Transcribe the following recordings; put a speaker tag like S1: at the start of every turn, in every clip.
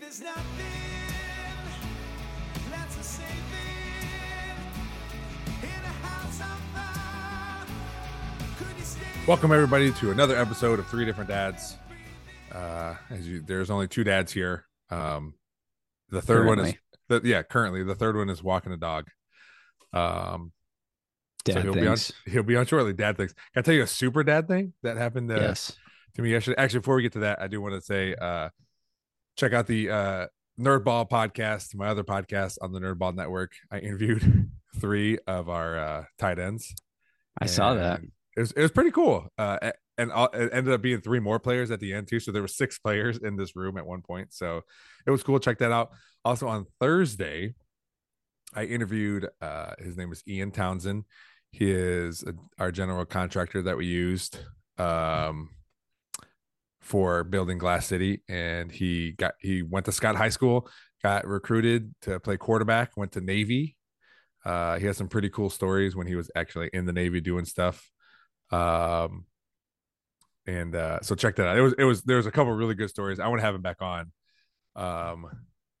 S1: There's nothing that's a saving in a house on fire. Could you stay
S2: Welcome everybody to another episode of Three Different Dads. Uh, as you, there's only two dads here. Um, the third one is the, yeah, currently the third one is walking a dog. Um,
S3: Dad
S2: so he'll
S3: things.
S2: be on he'll be on shortly. Dad things. Can I tell you a super dad thing that happened uh,
S3: yes.
S2: to me yesterday? Actually, before we get to that, I do want to say uh, check out the uh, Nerdball podcast, my other podcast on the Nerdball Network. I interviewed three of our uh, tight ends.
S3: I saw that.
S2: And It was, it was pretty cool. Uh, a- and all- it ended up being three more players at the end too. So there were six players in this room at one point. So it was cool. Check that out. Also on Thursday, I interviewed. Uh, his name is Ian Townsend. He is uh, our general contractor that we used um, for building Glass City, and he got he went to Scott High School, got recruited to play quarterback, went to Navy. Uh, he has some pretty cool stories when he was actually in the Navy doing stuff. Um, and uh, so check that out. It was it was there was a couple really good stories. I want to have him back on. Um,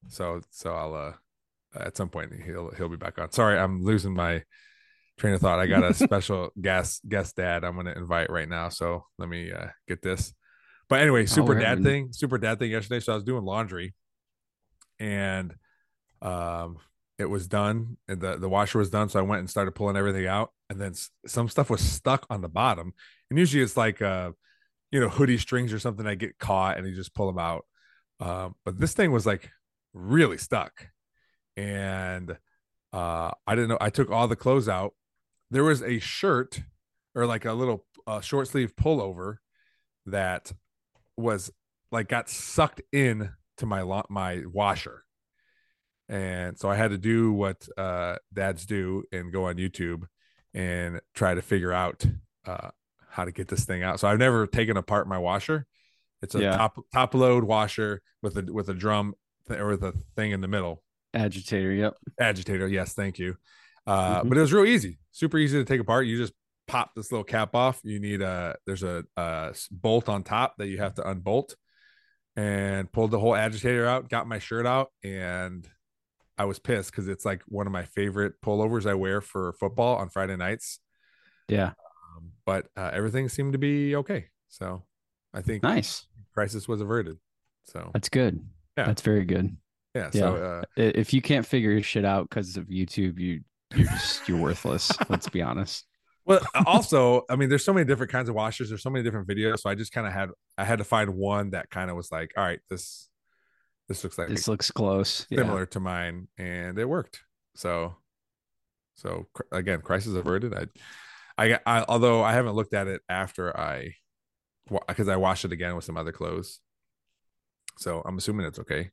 S2: so so I'll uh at some point he'll he'll be back on. Sorry, I'm losing my train of thought. I got a special guest guest dad I'm gonna invite right now. So let me uh get this. But anyway, super
S3: we're
S2: dad
S3: having-
S2: thing, super dad thing yesterday. So I was doing laundry and um it was done and the, the washer was done so i went and started pulling everything out and then s- some stuff was stuck on the bottom and usually it's like uh you know hoodie strings or something i get caught and you just pull them out um but this thing was like really stuck and uh i didn't know i took all the clothes out there was a shirt or like a little uh, short sleeve pullover that was like got sucked in to my lo- my washer and so i had to do what uh dads do and go on youtube and try to figure out uh how to get this thing out so i've never taken apart my washer it's a
S3: Yeah.
S2: top top load washer with a with a drum th- or with a thing in the middle
S3: Agitator. Yep.
S2: agitator yes thank you uh
S3: Mhm.
S2: but it was real easy super easy to take apart you just pop this little cap off you need a there's a, a s- bolt on top that you have to unbolt and pulled the whole agitator out got my shirt out and i was pissed because it's like one of my favorite pullovers i wear for football on friday nights
S3: Yeah.
S2: um, but uh, everything seemed to be okay so i think
S3: Nice.
S2: crisis was averted so
S3: That's good.
S2: Yeah.
S3: That's very good.
S2: yeah, so
S3: yeah.
S2: uh,
S3: I- If you can't figure your shit out because of YouTube, you you're just you're worthless. Let's be honest.
S2: Well, also, I mean, there's so many different kinds of washers. There's so many different videos. So I just kind of had I had to find one that kind of was like, all right, this this looks like
S3: This looks close. Yeah.
S2: similar to mine, and it worked. So, so cr- again, crisis averted. I, I, I although I haven't looked at it after I, because I washed it again with some other clothes. So I'm assuming it's okay,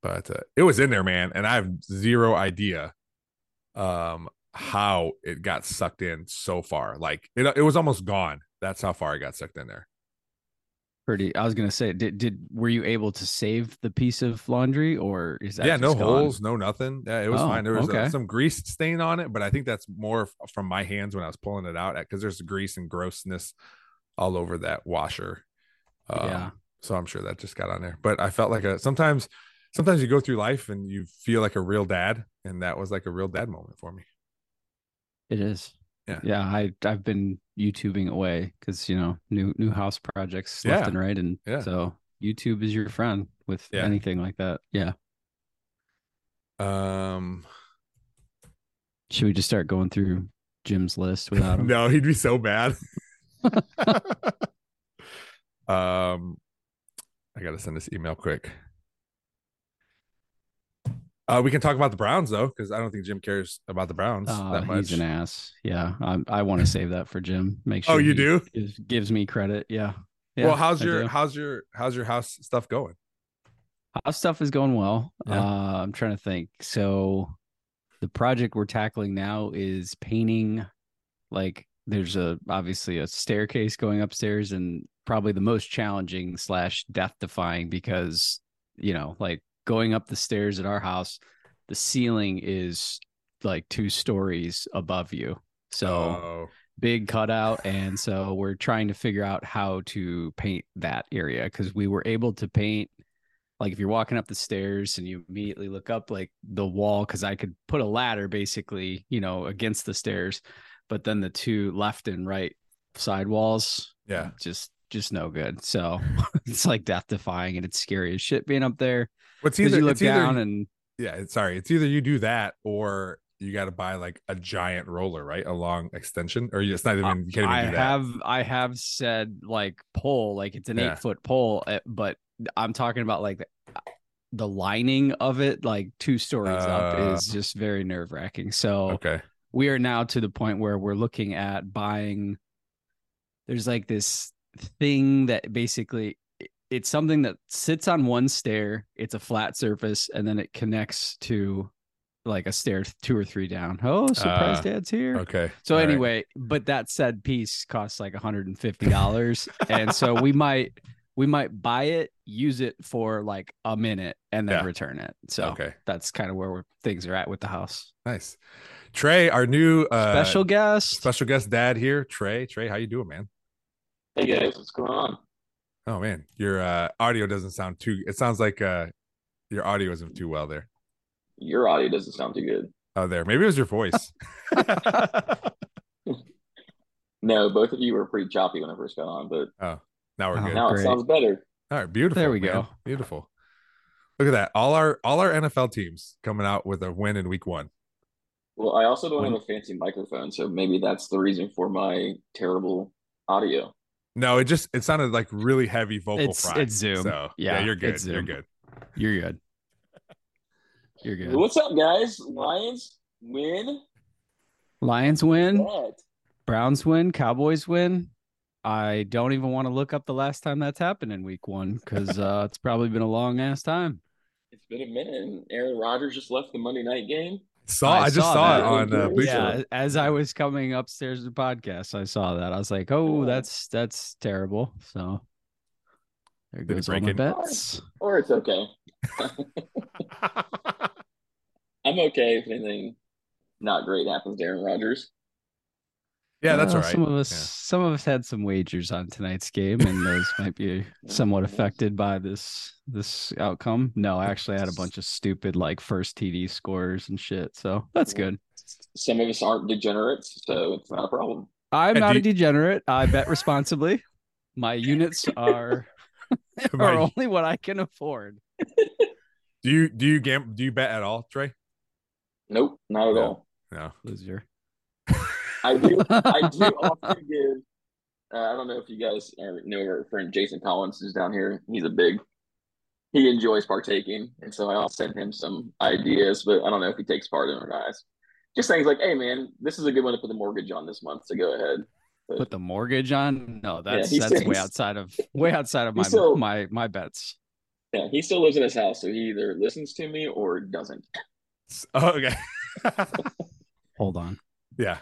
S2: but uh, it was in there, man, and I have zero idea, um, how it got sucked in so far. Like it, it was almost gone. That's how far it got sucked in there.
S3: Pretty. I was gonna say, did did were you able to save the piece of laundry or is that
S2: yeah, no
S3: just gone?
S2: holes, no nothing. Yeah, it was
S3: Oh,
S2: fine. There was uh,
S3: okay.
S2: some grease stain on it, but I think that's more f- from my hands when I was pulling it out because there's grease and grossness all over that washer. Um,
S3: Yeah.
S2: So I'm sure that just got on there. But I felt like a sometimes, sometimes you go through life and you feel like a real dad, and that was like a real dad moment for me.
S3: It is.
S2: Yeah.
S3: Yeah. I I've been YouTubing away because you know new new house projects
S2: Yeah.
S3: left and right, and
S2: Yeah.
S3: so YouTube is your friend with
S2: Yeah.
S3: anything like that. Yeah.
S2: Um,
S3: Should we just start going through Jim's list without him?
S2: No, he'd be so bad. um, I gotta send this email quick. Uh, we can talk about the Browns though, because I don't think Jim cares about the Browns
S3: Oh,
S2: that much.
S3: he's an ass. Yeah, i I want to save that for Jim. Make sure.
S2: oh, you
S3: he
S2: do?
S3: Gives, gives me credit. Yeah. Yeah,
S2: well, how's
S3: I
S2: your
S3: do.
S2: how's your how's your house stuff going?
S3: house stuff is going well?
S2: Yeah.
S3: Uh, I'm trying to think. So, the project we're tackling now is painting. Like, there's a obviously a staircase going upstairs, and probably the most challenging slash death defying because you know, like going up the stairs at our house, the ceiling is like two stories above you. So.
S2: Oh,
S3: big cutout and so we're trying to figure out how to paint that area because we were able to paint like if you're walking up the stairs and you immediately look up like the wall because i could put a ladder basically you know against the stairs but then the two left and right side walls
S2: Yeah.
S3: just just no good so it's like death defying and it's scary as shit being up there
S2: What's
S3: because
S2: either
S3: you look
S2: it's either
S3: down and
S2: yeah it's- sorry it's either you do that or you got to buy like a giant roller right a long extension or you- it's not even you can't even
S3: i
S2: do that
S3: have i have said like pole like it's an
S2: Yeah.
S3: eight foot pole eh, but i'm talking about like the, the lining of it like two stories
S2: Uh,
S3: up is just very nerve wracking so
S2: okay
S3: we are now to the point where we're looking at buying there's like this thing that basically it- it's something that sits on one stair it's a flat surface and then it connects to like a stair two or three down oh surprise
S2: Uh,
S3: dad's here
S2: okay
S3: so
S2: all right.
S3: anyway but that said piece costs like $150 and so we might we might buy it use it for like a minute and then
S2: Yeah.
S3: return it so
S2: okay
S3: that's kind of where we're, things are at with the house
S2: nice trey our new uh
S3: special guest
S2: special guest dad here trey trey how you doing man
S4: Hey guys, what's going on?
S2: oh man your uh audio doesn't sound too it sounds like uh your audio isn't too well there
S4: Your audio doesn't sound too good.
S2: oh there maybe it was your voice
S4: No, both of you were pretty choppy when I first got on, but
S2: now we're
S3: Oh,
S2: good
S4: now
S3: great.
S4: it sounds better.
S2: All right, beautiful.
S3: we
S2: man.
S3: go.
S2: Beautiful. Look at that. All our all our NFL teams coming out with a win in week one.
S4: Well, I also don't have a fancy microphone, so maybe that's the reason for my terrible audio.
S2: No, it just it sounded like really heavy vocal
S3: It's-
S2: fry.
S3: it's Zoom.
S2: So yeah,
S3: Yeah,
S2: you're good.
S3: it's
S2: You're
S3: Zoom.
S2: good.
S3: You're good. You're good.
S4: What's up, guys? Lions win
S3: Lions win,
S4: bet.
S3: Browns win, Cowboys win. I don't even want to look up the last time that's happened in week one because uh, it's probably been a long ass time.
S4: It's been a minute, and Aaron Rodgers just left the Monday night game.
S2: Saw I,
S3: I
S2: just
S3: saw
S2: saw
S3: that.
S2: it on uh, Bleacher.
S3: yeah,
S2: Report.
S3: as I was coming upstairs to the podcast, I saw that. I was like, oh, that's that's terrible. So there
S2: Did it
S3: goes all
S2: break
S3: my
S2: in?
S3: bets.
S4: Or it's okay. I'm okay if anything not great happens to Aaron Rodgers.
S2: Yeah, that's
S3: Uh,
S2: all right.
S3: Some of us,
S2: Yeah.
S3: some of us had some wagers on tonight's game, and those might be somewhat affected by this this outcome. No, I actually had a bunch of stupid like first TD scores and shit, so that's good.
S4: Some of us aren't degenerates, so it's not a problem.
S3: I'm
S2: And
S3: not
S2: do
S3: a degenerate. I bet responsibly. My units are
S2: My-
S3: are only what I can afford.
S2: Do you do you gam do you bet at all, Trey?
S4: Nope, not at
S2: No.
S4: all.
S2: No.
S3: Loser.
S4: I do I do often give. Uh, I don't know if you guys are, know our friend Jason Collins is down here. He's a big. He enjoys partaking, and so I'll send him some ideas, but I don't know if he takes part in or not. Just things like, "Hey, man, this is a good one to put the mortgage on this month, so go ahead."
S3: Put the mortgage on? No, that's
S4: he
S3: that's
S4: said
S3: way
S4: he's-
S3: outside of way outside of
S4: he oh.
S3: my
S4: still-
S3: my my bets.
S4: Yeah, he still lives in his house, so he either listens to me or doesn't.
S2: S- Oh, okay.
S3: Hold on.
S2: yeah.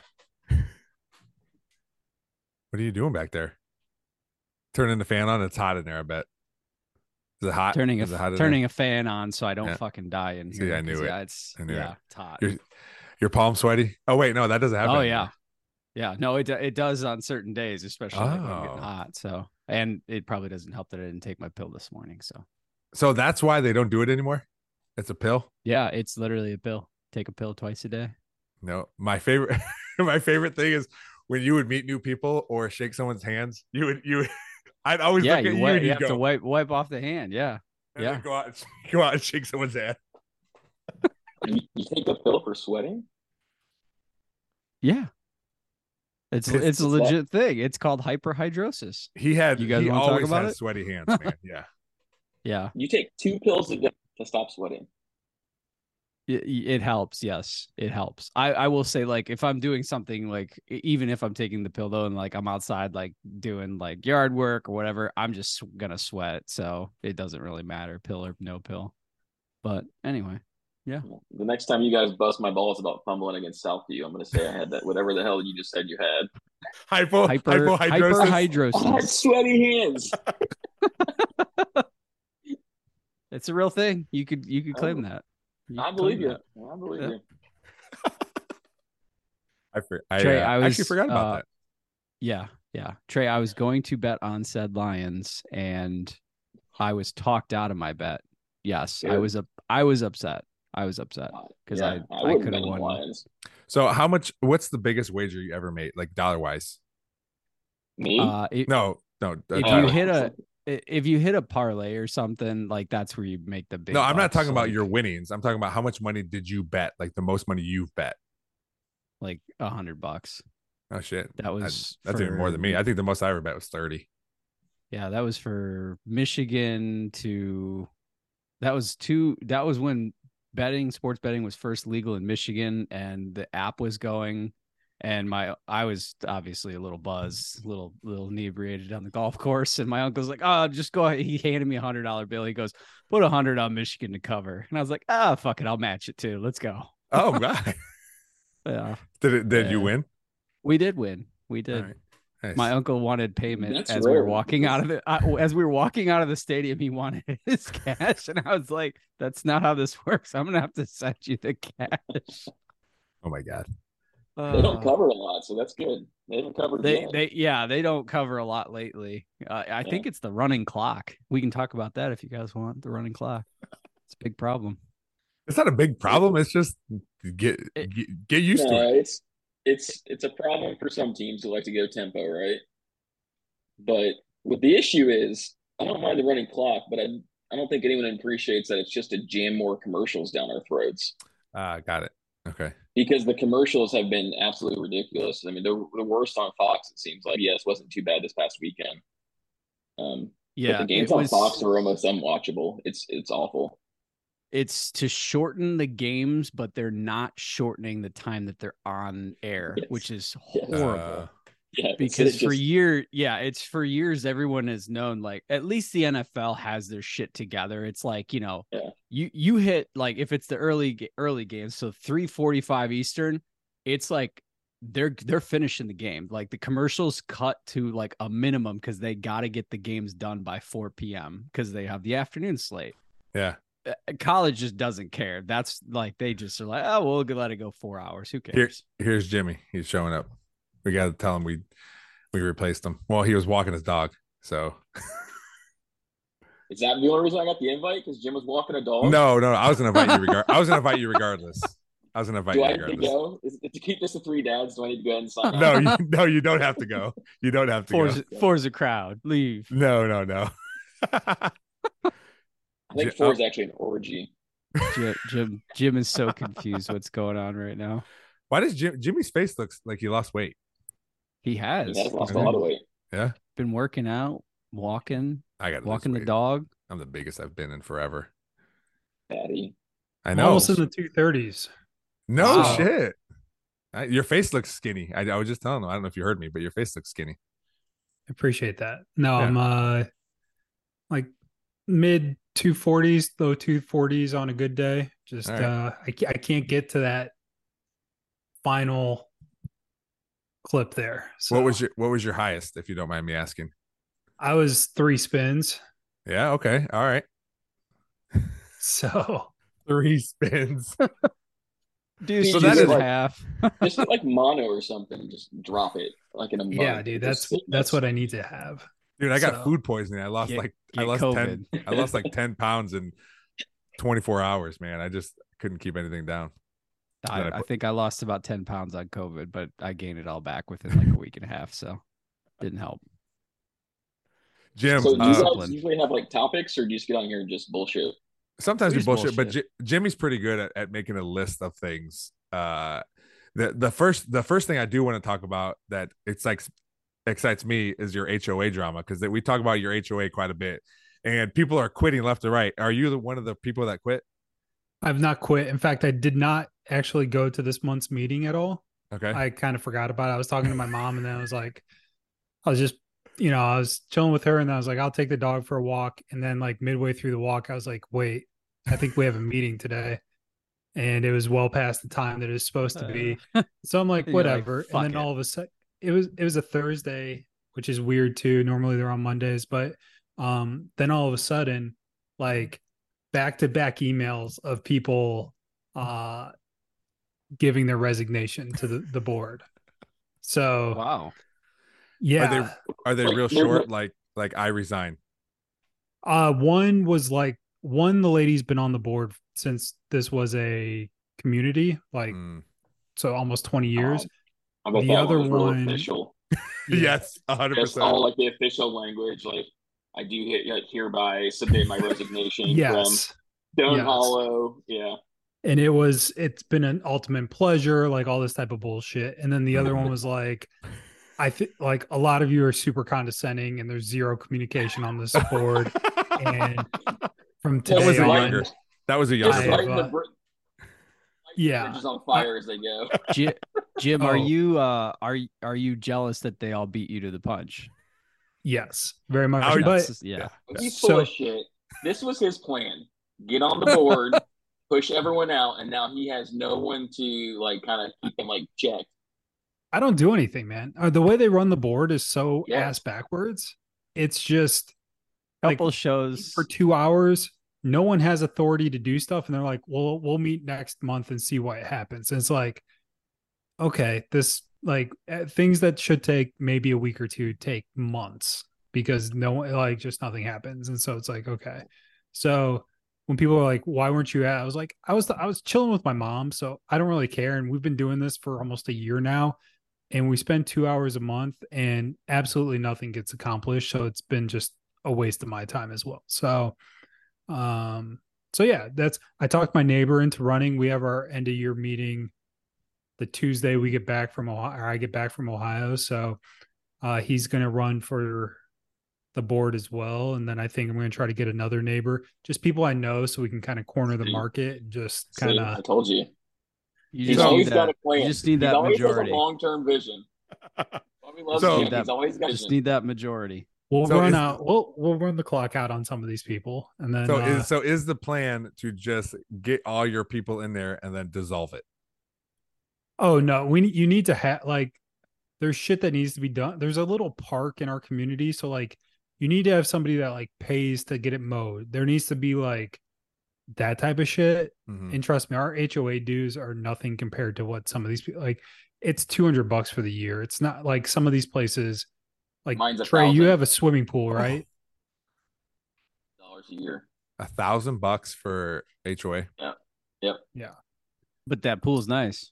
S2: What are you doing back there? Turning the fan on. It's hot in there. I bet. Is it hot?
S3: turning
S2: Is it hot in
S3: a
S2: there?
S3: turning a fan on so I don't
S2: Yeah.
S3: fucking die in
S2: See,
S3: here.
S2: I knew
S3: 'cause,
S2: it.
S3: Yeah, it's
S2: I knew
S3: yeah,
S2: it.
S3: it's hot.
S2: You're- Your palm sweaty? Oh wait, no, that doesn't happen.
S3: Oh
S2: anymore.
S3: yeah, yeah. No, it do- it does on certain days, especially like, when I'm
S2: Oh.
S3: getting hot. So, and it probably doesn't help that I didn't take my pill this morning. So,
S2: So that's why they don't do it anymore. It's a pill.
S3: yeah, it's literally a pill. Take a pill twice a day.
S2: No, my favorite, my favorite thing is when you would meet new people or shake someone's hands. You would you, would- I'd always
S3: yeah,
S2: look at
S3: you,
S2: you,
S3: wi-
S2: and
S3: you
S2: you
S3: have
S2: go,
S3: to wipe wipe off the hand. Yeah,
S2: and then
S3: yeah.
S2: go out, and sh- go out and shake someone's hand.
S4: You, you take a pill for sweating?
S3: yeah. It's
S2: It's-
S3: it's a
S4: it's like-
S3: legit thing. It's called hyperhidrosis.
S2: He had
S3: You guys
S2: he
S3: wanna talk
S2: always
S3: about
S2: had
S3: it?
S2: sweaty hands, man. Yeah,
S3: Yeah,
S4: You take two pills a day to stop sweating.
S3: it, it helps yes it helps i i will say like if i'm doing something like e- even if i'm taking the pill though and like i'm outside like doing like yard work or whatever i'm just sw- gonna sweat so it doesn't really matter pill or no pill but anyway
S4: The next time you guys bust my balls about fumbling against Southview, I'm going to say I had that whatever the hell you just said you had. Oh,
S2: hypo
S3: hyper
S2: hypohidrosis.
S4: I had
S3: hyperhidrosis
S4: sweaty hands.
S3: it's a real thing you could you could claim that You
S4: I
S3: could
S4: believe you.
S3: claim
S4: I believe
S3: Yeah.
S4: you.
S2: I, for, I,
S3: Trey,
S2: uh,
S3: I
S2: actually
S3: was,
S2: forgot about
S3: uh,
S2: that.
S3: Yeah, yeah. Trey, I was going to bet on said Lions and I was talked out of my bet Yes, I
S4: Sure.
S3: was up. I was upset. I was upset. 'Cause I- I
S4: would've
S3: could've
S4: been in
S3: won.
S4: Lions.
S2: So how much? What's the biggest wager you ever made, like dollar wise?
S4: Me?
S3: Uh, it-
S2: No, no. uh,
S3: If
S4: Uh,
S3: you
S2: dollar-
S3: hit a i- if you hit a parlay or something like that's where you make the big.
S2: no, I'm not
S3: bucks,
S2: talking about your
S3: like-
S2: winnings. I'm talking about how much money did you bet? Like the most money you've bet.
S3: like a hundred bucks.
S2: Oh shit,
S3: That was
S2: that's even more than me.
S3: for-
S2: I think the most I ever bet was thirty.
S3: Yeah, that was for Michigan to that was two that was when betting sports betting was first legal in Michigan and the app was going and my I was obviously a little buzzed, little little inebriated on the golf course and my uncle's like, "Oh, just go ahead." He handed me a $100 bill. He goes, "Put a 100 on Michigan to cover." And I was like, "Ah, fuck it. I'll match it too. Let's go."
S2: Oh god,
S3: Yeah.
S2: did it? Did you
S3: Yeah.
S2: win?
S3: We did win. We
S2: All
S3: did.
S2: right. Nice.
S3: My uncle wanted payment
S4: That's
S3: as we were
S4: rare.
S3: walking out of the I, as we were walking out of the stadium. He wanted his cash, and I was like, "That's not how this works. I'm gonna have to send you the cash."
S2: oh my god.
S4: they don't
S3: Uh,
S4: cover a lot, so that's good. They haven't covered
S3: They,
S4: yet.
S3: they, yeah, they don't cover a lot lately. Uh, I think it's the running clock. We can talk about that if you guys want the running clock. It's a big problem.
S2: It's not a big problem. It's just get
S3: It-
S2: get, get used to
S4: No,
S2: it.
S4: it's it's it's a problem for some teams who like to go tempo, right? But what the issue is, I don't mind the running clock, but I I don't think anyone appreciates that it's just to jam more commercials down our throats
S2: Ah, got it. Okay.
S4: because the commercials have been absolutely ridiculous. I mean, the the worst on Fox it seems like. Yes, wasn't too bad this past weekend. Um, but
S3: Yeah,
S4: the games
S3: it
S4: on
S3: was-
S4: Fox are almost unwatchable. It's it's awful.
S3: it's to shorten the games, but they're not shortening the time that they're on air,
S4: Yes.
S3: which is
S4: Yes.
S3: horrible.
S2: Uh,
S4: Yeah, it's-
S3: because
S4: it's
S3: for
S4: just-
S3: year yeah it's for years everyone has known like at least the nfl has their shit together it's like you know
S4: Yeah.
S3: you you hit like if it's the early ga- early game so 345 eastern it's like they're they're finishing the game like the commercials cut to like a minimum because they got to get the games done by 4 p.m because they have the afternoon slate
S2: yeah.
S3: Uh, college just doesn't care that's like they just are like oh we'll let it go four hours who cares
S2: Here's Jimmy. He's showing up. We got to tell him we we replaced him. Well, he was walking his dog. So
S4: is that the only reason I got the invite? Because Jim was walking a dog.
S2: no, no. I was gonna invite you. Regard. I was gonna invite you regardless. I was gonna invite
S4: Do
S2: you
S4: I need to
S2: regardless.
S4: go? Is, to keep this to three dads, do I need to go ahead and sign
S2: No,
S4: up?
S2: you, no, you don't have to go. You don't have to
S3: Forza,
S2: go.
S4: go.
S3: Forza crowd leave
S2: No, no, no.
S4: I think
S2: Ju-
S4: four is actually an orgy.
S3: Jim, Jim, Jim is so confused what's going on right now.
S2: Why does Jim, Jimmy's face looks like he lost weight?
S3: He
S4: He
S3: has
S4: has lost a
S2: okay.
S4: lot of weight.
S3: been working out, walking,
S2: I got
S3: walking the
S2: weight.
S3: dog.
S2: I'm the biggest I've been in forever.
S4: Patty.
S2: I
S5: I'm
S2: know.
S5: Almost in the two thirties.
S2: No
S3: Wow.
S2: shit. I, your face looks skinny. I, I was just telling them. I don't know if you heard me, but your face looks skinny.
S5: Appreciate that. No,
S2: Yeah.
S5: I'm uh like mid two forties, low two forties on a good day. Just
S2: All right.
S5: uh I ca- I can't get to that final clip there. So
S2: What was your What was your highest, if you don't mind me asking?
S5: I was three spins.
S2: Yeah. Okay. All right.
S5: So
S2: Three spins.
S3: Dude,
S4: So
S3: so
S2: that
S3: that
S2: is-
S3: is half.
S4: Just like mono or something, just drop it like in a month.
S5: yeah, dude, that's that's what I need to have.
S2: Dude, I got
S5: So-
S2: food poisoning. I lost
S3: Yeah,
S2: like I
S3: get
S2: lost ten.
S3: COVID.
S2: I lost like ten pounds in twenty four hours. Man, I just couldn't keep anything down.
S3: I, I think I lost about 10 pounds on COVID, but I gained it all back within like a week and a half. So didn't help.
S2: Jim.
S4: So do
S2: uh,
S4: you guys
S3: Discipline.
S4: usually have like topics or do you just get on here and just bullshit?
S2: sometimes we
S3: We just
S2: bullshit, but J-
S3: bullshit.
S2: Jimmy's pretty good at, at making a list of things. Uh, the the first the first thing I do want to talk about that it's like excites me is your HOA drama because that we talk about your HOA quite a bit, and people are quitting left and right. Are you the one of the people that quit?
S5: I've not quit. In fact, I did not actually go to this month's meeting at all.
S2: Okay,
S5: I kind of forgot about it. I was talking to my mom and then I was like, I was just, you know, I was chilling with her and I was like, I'll take the dog for a walk. And then like midway through the walk, I was like, wait, I think we have a meeting today. And it was well past the time that it was supposed to be. So I'm like,
S3: Uh. You're like,
S5: whatever.
S3: "Fuck
S5: and then
S3: it."
S5: all of a sudden it was it was a Thursday, which is weird too. Normally they're on Mondays, but um then all of a sudden, like back to back emails of people uh giving their resignation to the, the board. So
S3: Wow.
S5: yeah.
S2: they- are they real short? Like like I resign.
S5: Uh, one was like one, the lady's been on the board since this was a community, like
S2: Mm.
S5: so almost 20 years.
S4: I'm about
S5: The
S4: that
S5: other
S4: was real
S5: one-
S4: official.
S2: Yes, hundred
S4: Just all
S2: percent.
S4: like the official language, like I do he- like, hereby submit my resignation from
S5: Yes.
S4: Stone
S5: Yes.
S4: Hollow. Yeah,
S5: and it was it's been an ultimate pleasure like all this type of bullshit and then the other one was like i think like a lot of you are super condescending and there's zero communication on this board and from
S4: That
S5: today
S2: was a
S5: on,
S2: younger. That was a
S5: Yeah,
S4: just
S5: I
S2: younger.
S5: have,
S4: lighting the
S5: uh,
S4: br- lighting the
S5: yeah.
S4: bridges on fire as they go.
S3: Jim, Jim are
S5: Oh.
S3: you uh are y- are you jealous that they all beat you to the punch?
S5: yes very much
S2: Oh,
S5: but
S3: That's just- yeah.
S4: He's
S5: So-
S4: full of shit. This was his plan: get on the board, push everyone out, and now he has no one to like kind of keep him like checked.
S5: i don't do anything man uh, the way they run the board is so
S4: Yeah.
S5: ass backwards it's just like,
S3: Couple shows
S5: for two hours no one has authority to do stuff and they're like well we'll meet next month and see what happens and it's like okay this like eh, things that should take maybe a week or two take months because no one like just nothing happens and so it's like okay so when people are like why weren't you at i was like i was i was chilling with my mom so i don't really care and we've been doing this for almost a year now and we spend two hours a month and absolutely nothing gets accomplished so it's been just a waste of my time as well. So, um, so yeah, that's I talked my neighbor into running. We have our end of year meeting the Tuesday we get back from Ohio, or I get back from Ohio. So, uh, he's going to run for the board as well. And then I think I'm going to try to get another neighbor, just people I know, so we can kind of corner the
S4: See.
S5: market and just
S4: See,
S5: kind
S4: I
S5: of,
S4: told you.
S3: you
S4: He's
S3: just
S4: always
S3: need
S4: got
S3: that,
S4: a plan.
S3: you just need
S4: He's
S3: that
S4: always
S3: majority.
S4: has a long-term vision. Bobby loves
S2: So-
S4: him. He's always got
S3: Just
S4: vision.
S3: need that majority.
S5: we'll
S2: So
S5: run
S2: is-
S5: out, we'll, we'll run the clock out on some of these people. And then,
S2: So
S5: uh,
S2: is so is the plan to just get all your people in there and then dissolve it?
S5: Oh no, we need you need to have like there's shit that needs to be done. There's a little park in our community, so like you need to have somebody that like pays to get it mowed. There needs to be like that type of shit.
S2: Mhm.
S4: Mm.
S5: And trust me, our HOA dues are nothing compared to what some of these people like. It's two hundred bucks for the year. It's not like some of these places. Like
S4: Mine's a
S5: Trey, you
S4: thousand.
S5: have a swimming pool, right?
S4: Dollars a year.
S2: A thousand bucks for HOA.
S3: But that pool's nice.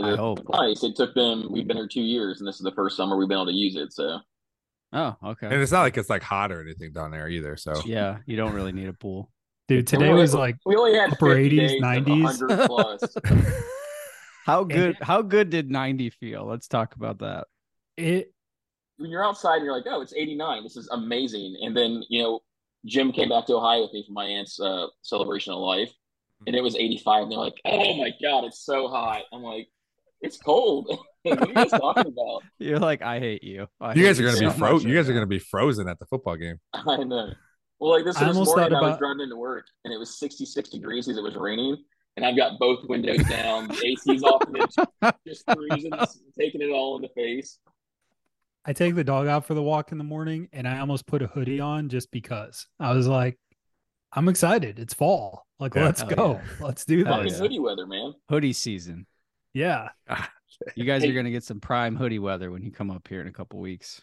S3: I
S4: Yeah.
S3: hope.
S4: Nice. It took them. We've been here two years, and this is the first summer we've been able to use it. So
S3: Oh, okay.
S2: And it's not like it's like hot or anything down there either. So
S3: Yeah, you don't really need a pool.
S5: Dude, today
S4: we're-
S5: was like
S4: we only had
S5: Upper
S4: 50
S5: 80s,
S4: days of
S5: 90s.
S4: 100 plus.
S3: How good how good did 90 feel? Let's talk about that.
S5: it
S4: when you're outside and you're like, oh, it's 89. This is amazing. And then, you know, Jim came back to Ohio with me for my aunt's uh, celebration of life, and it was 85. And they're like, oh my God, it's so hot. I'm like, it's cold. what are you guys talking about?
S3: You're like, I hate you. I
S2: you
S3: hate
S2: guys are gonna
S3: so
S2: be
S3: much
S2: fro- You
S3: right
S2: guys are
S3: now."
S2: gonna be frozen at the football game.
S4: I know. Well, like this,
S5: I
S4: this
S5: almost
S4: morning,
S5: thought
S4: I was
S5: about-
S4: driving into work, and it was 66 degrees because it was raining. And I've got both windows down, the AC's off, and it's just freezing, taking it all in the face.
S5: I take the dog out for the walk in the morning and I almost put a hoodie on just because I was like, I'm excited. It's fall. Like,
S2: Yeah.
S5: let's
S3: Oh,
S5: go. Let's do
S3: Hell
S5: this.
S4: Fucking hoodie weather, man.
S3: Hoodie season.
S5: Yeah.
S3: You guys are
S4: Hey.
S3: gonna get some prime hoodie weather when you come up here in a couple weeks.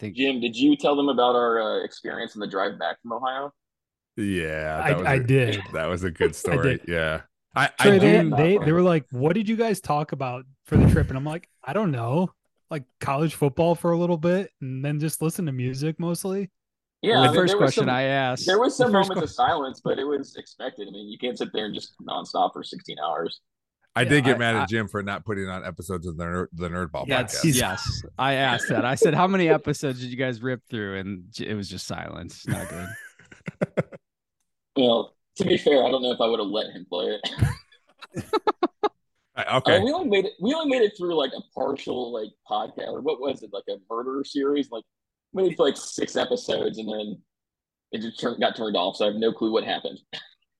S3: Think
S4: Jim, did you tell them about our uh, experience in the drive back from Ohio?
S2: Yeah,
S5: I,
S2: was
S5: I
S2: a-
S5: did.
S2: That was a good story.
S5: did.
S2: yeah, I,
S5: So
S2: I
S5: they,
S2: do.
S5: they, they were like, What did you guys talk about for the trip? And I'm like, I don't know. Like college football for a little bit and then just listen to music mostly.
S4: Yeah,
S3: the
S4: I mean,
S3: first
S4: there was
S3: question
S4: some-
S3: I asked.
S4: There was
S5: the
S4: some
S5: first
S4: moments of silence, but it was expected. I mean, you can't sit there and just nonstop for 16 hours.
S2: I
S5: yeah,
S2: did get
S3: I-
S2: mad
S3: I-
S2: at Jim for not putting on episodes of the Nerd, the Nerd Ball
S3: That's
S2: podcast.
S3: yes. I asked that. I said, "How many episodes did you guys rip through?" And j- it was just silence. Not good.
S4: Well, to be fair, I don't know if I would have let him play it.
S2: I-
S4: I
S2: okay,
S4: mean, we only made it. We only made it through like a partial like podcast, or what was it, like a murder series? Like we made it for like six episodes, and then it just turned, got turned off. So I have no clue what happened.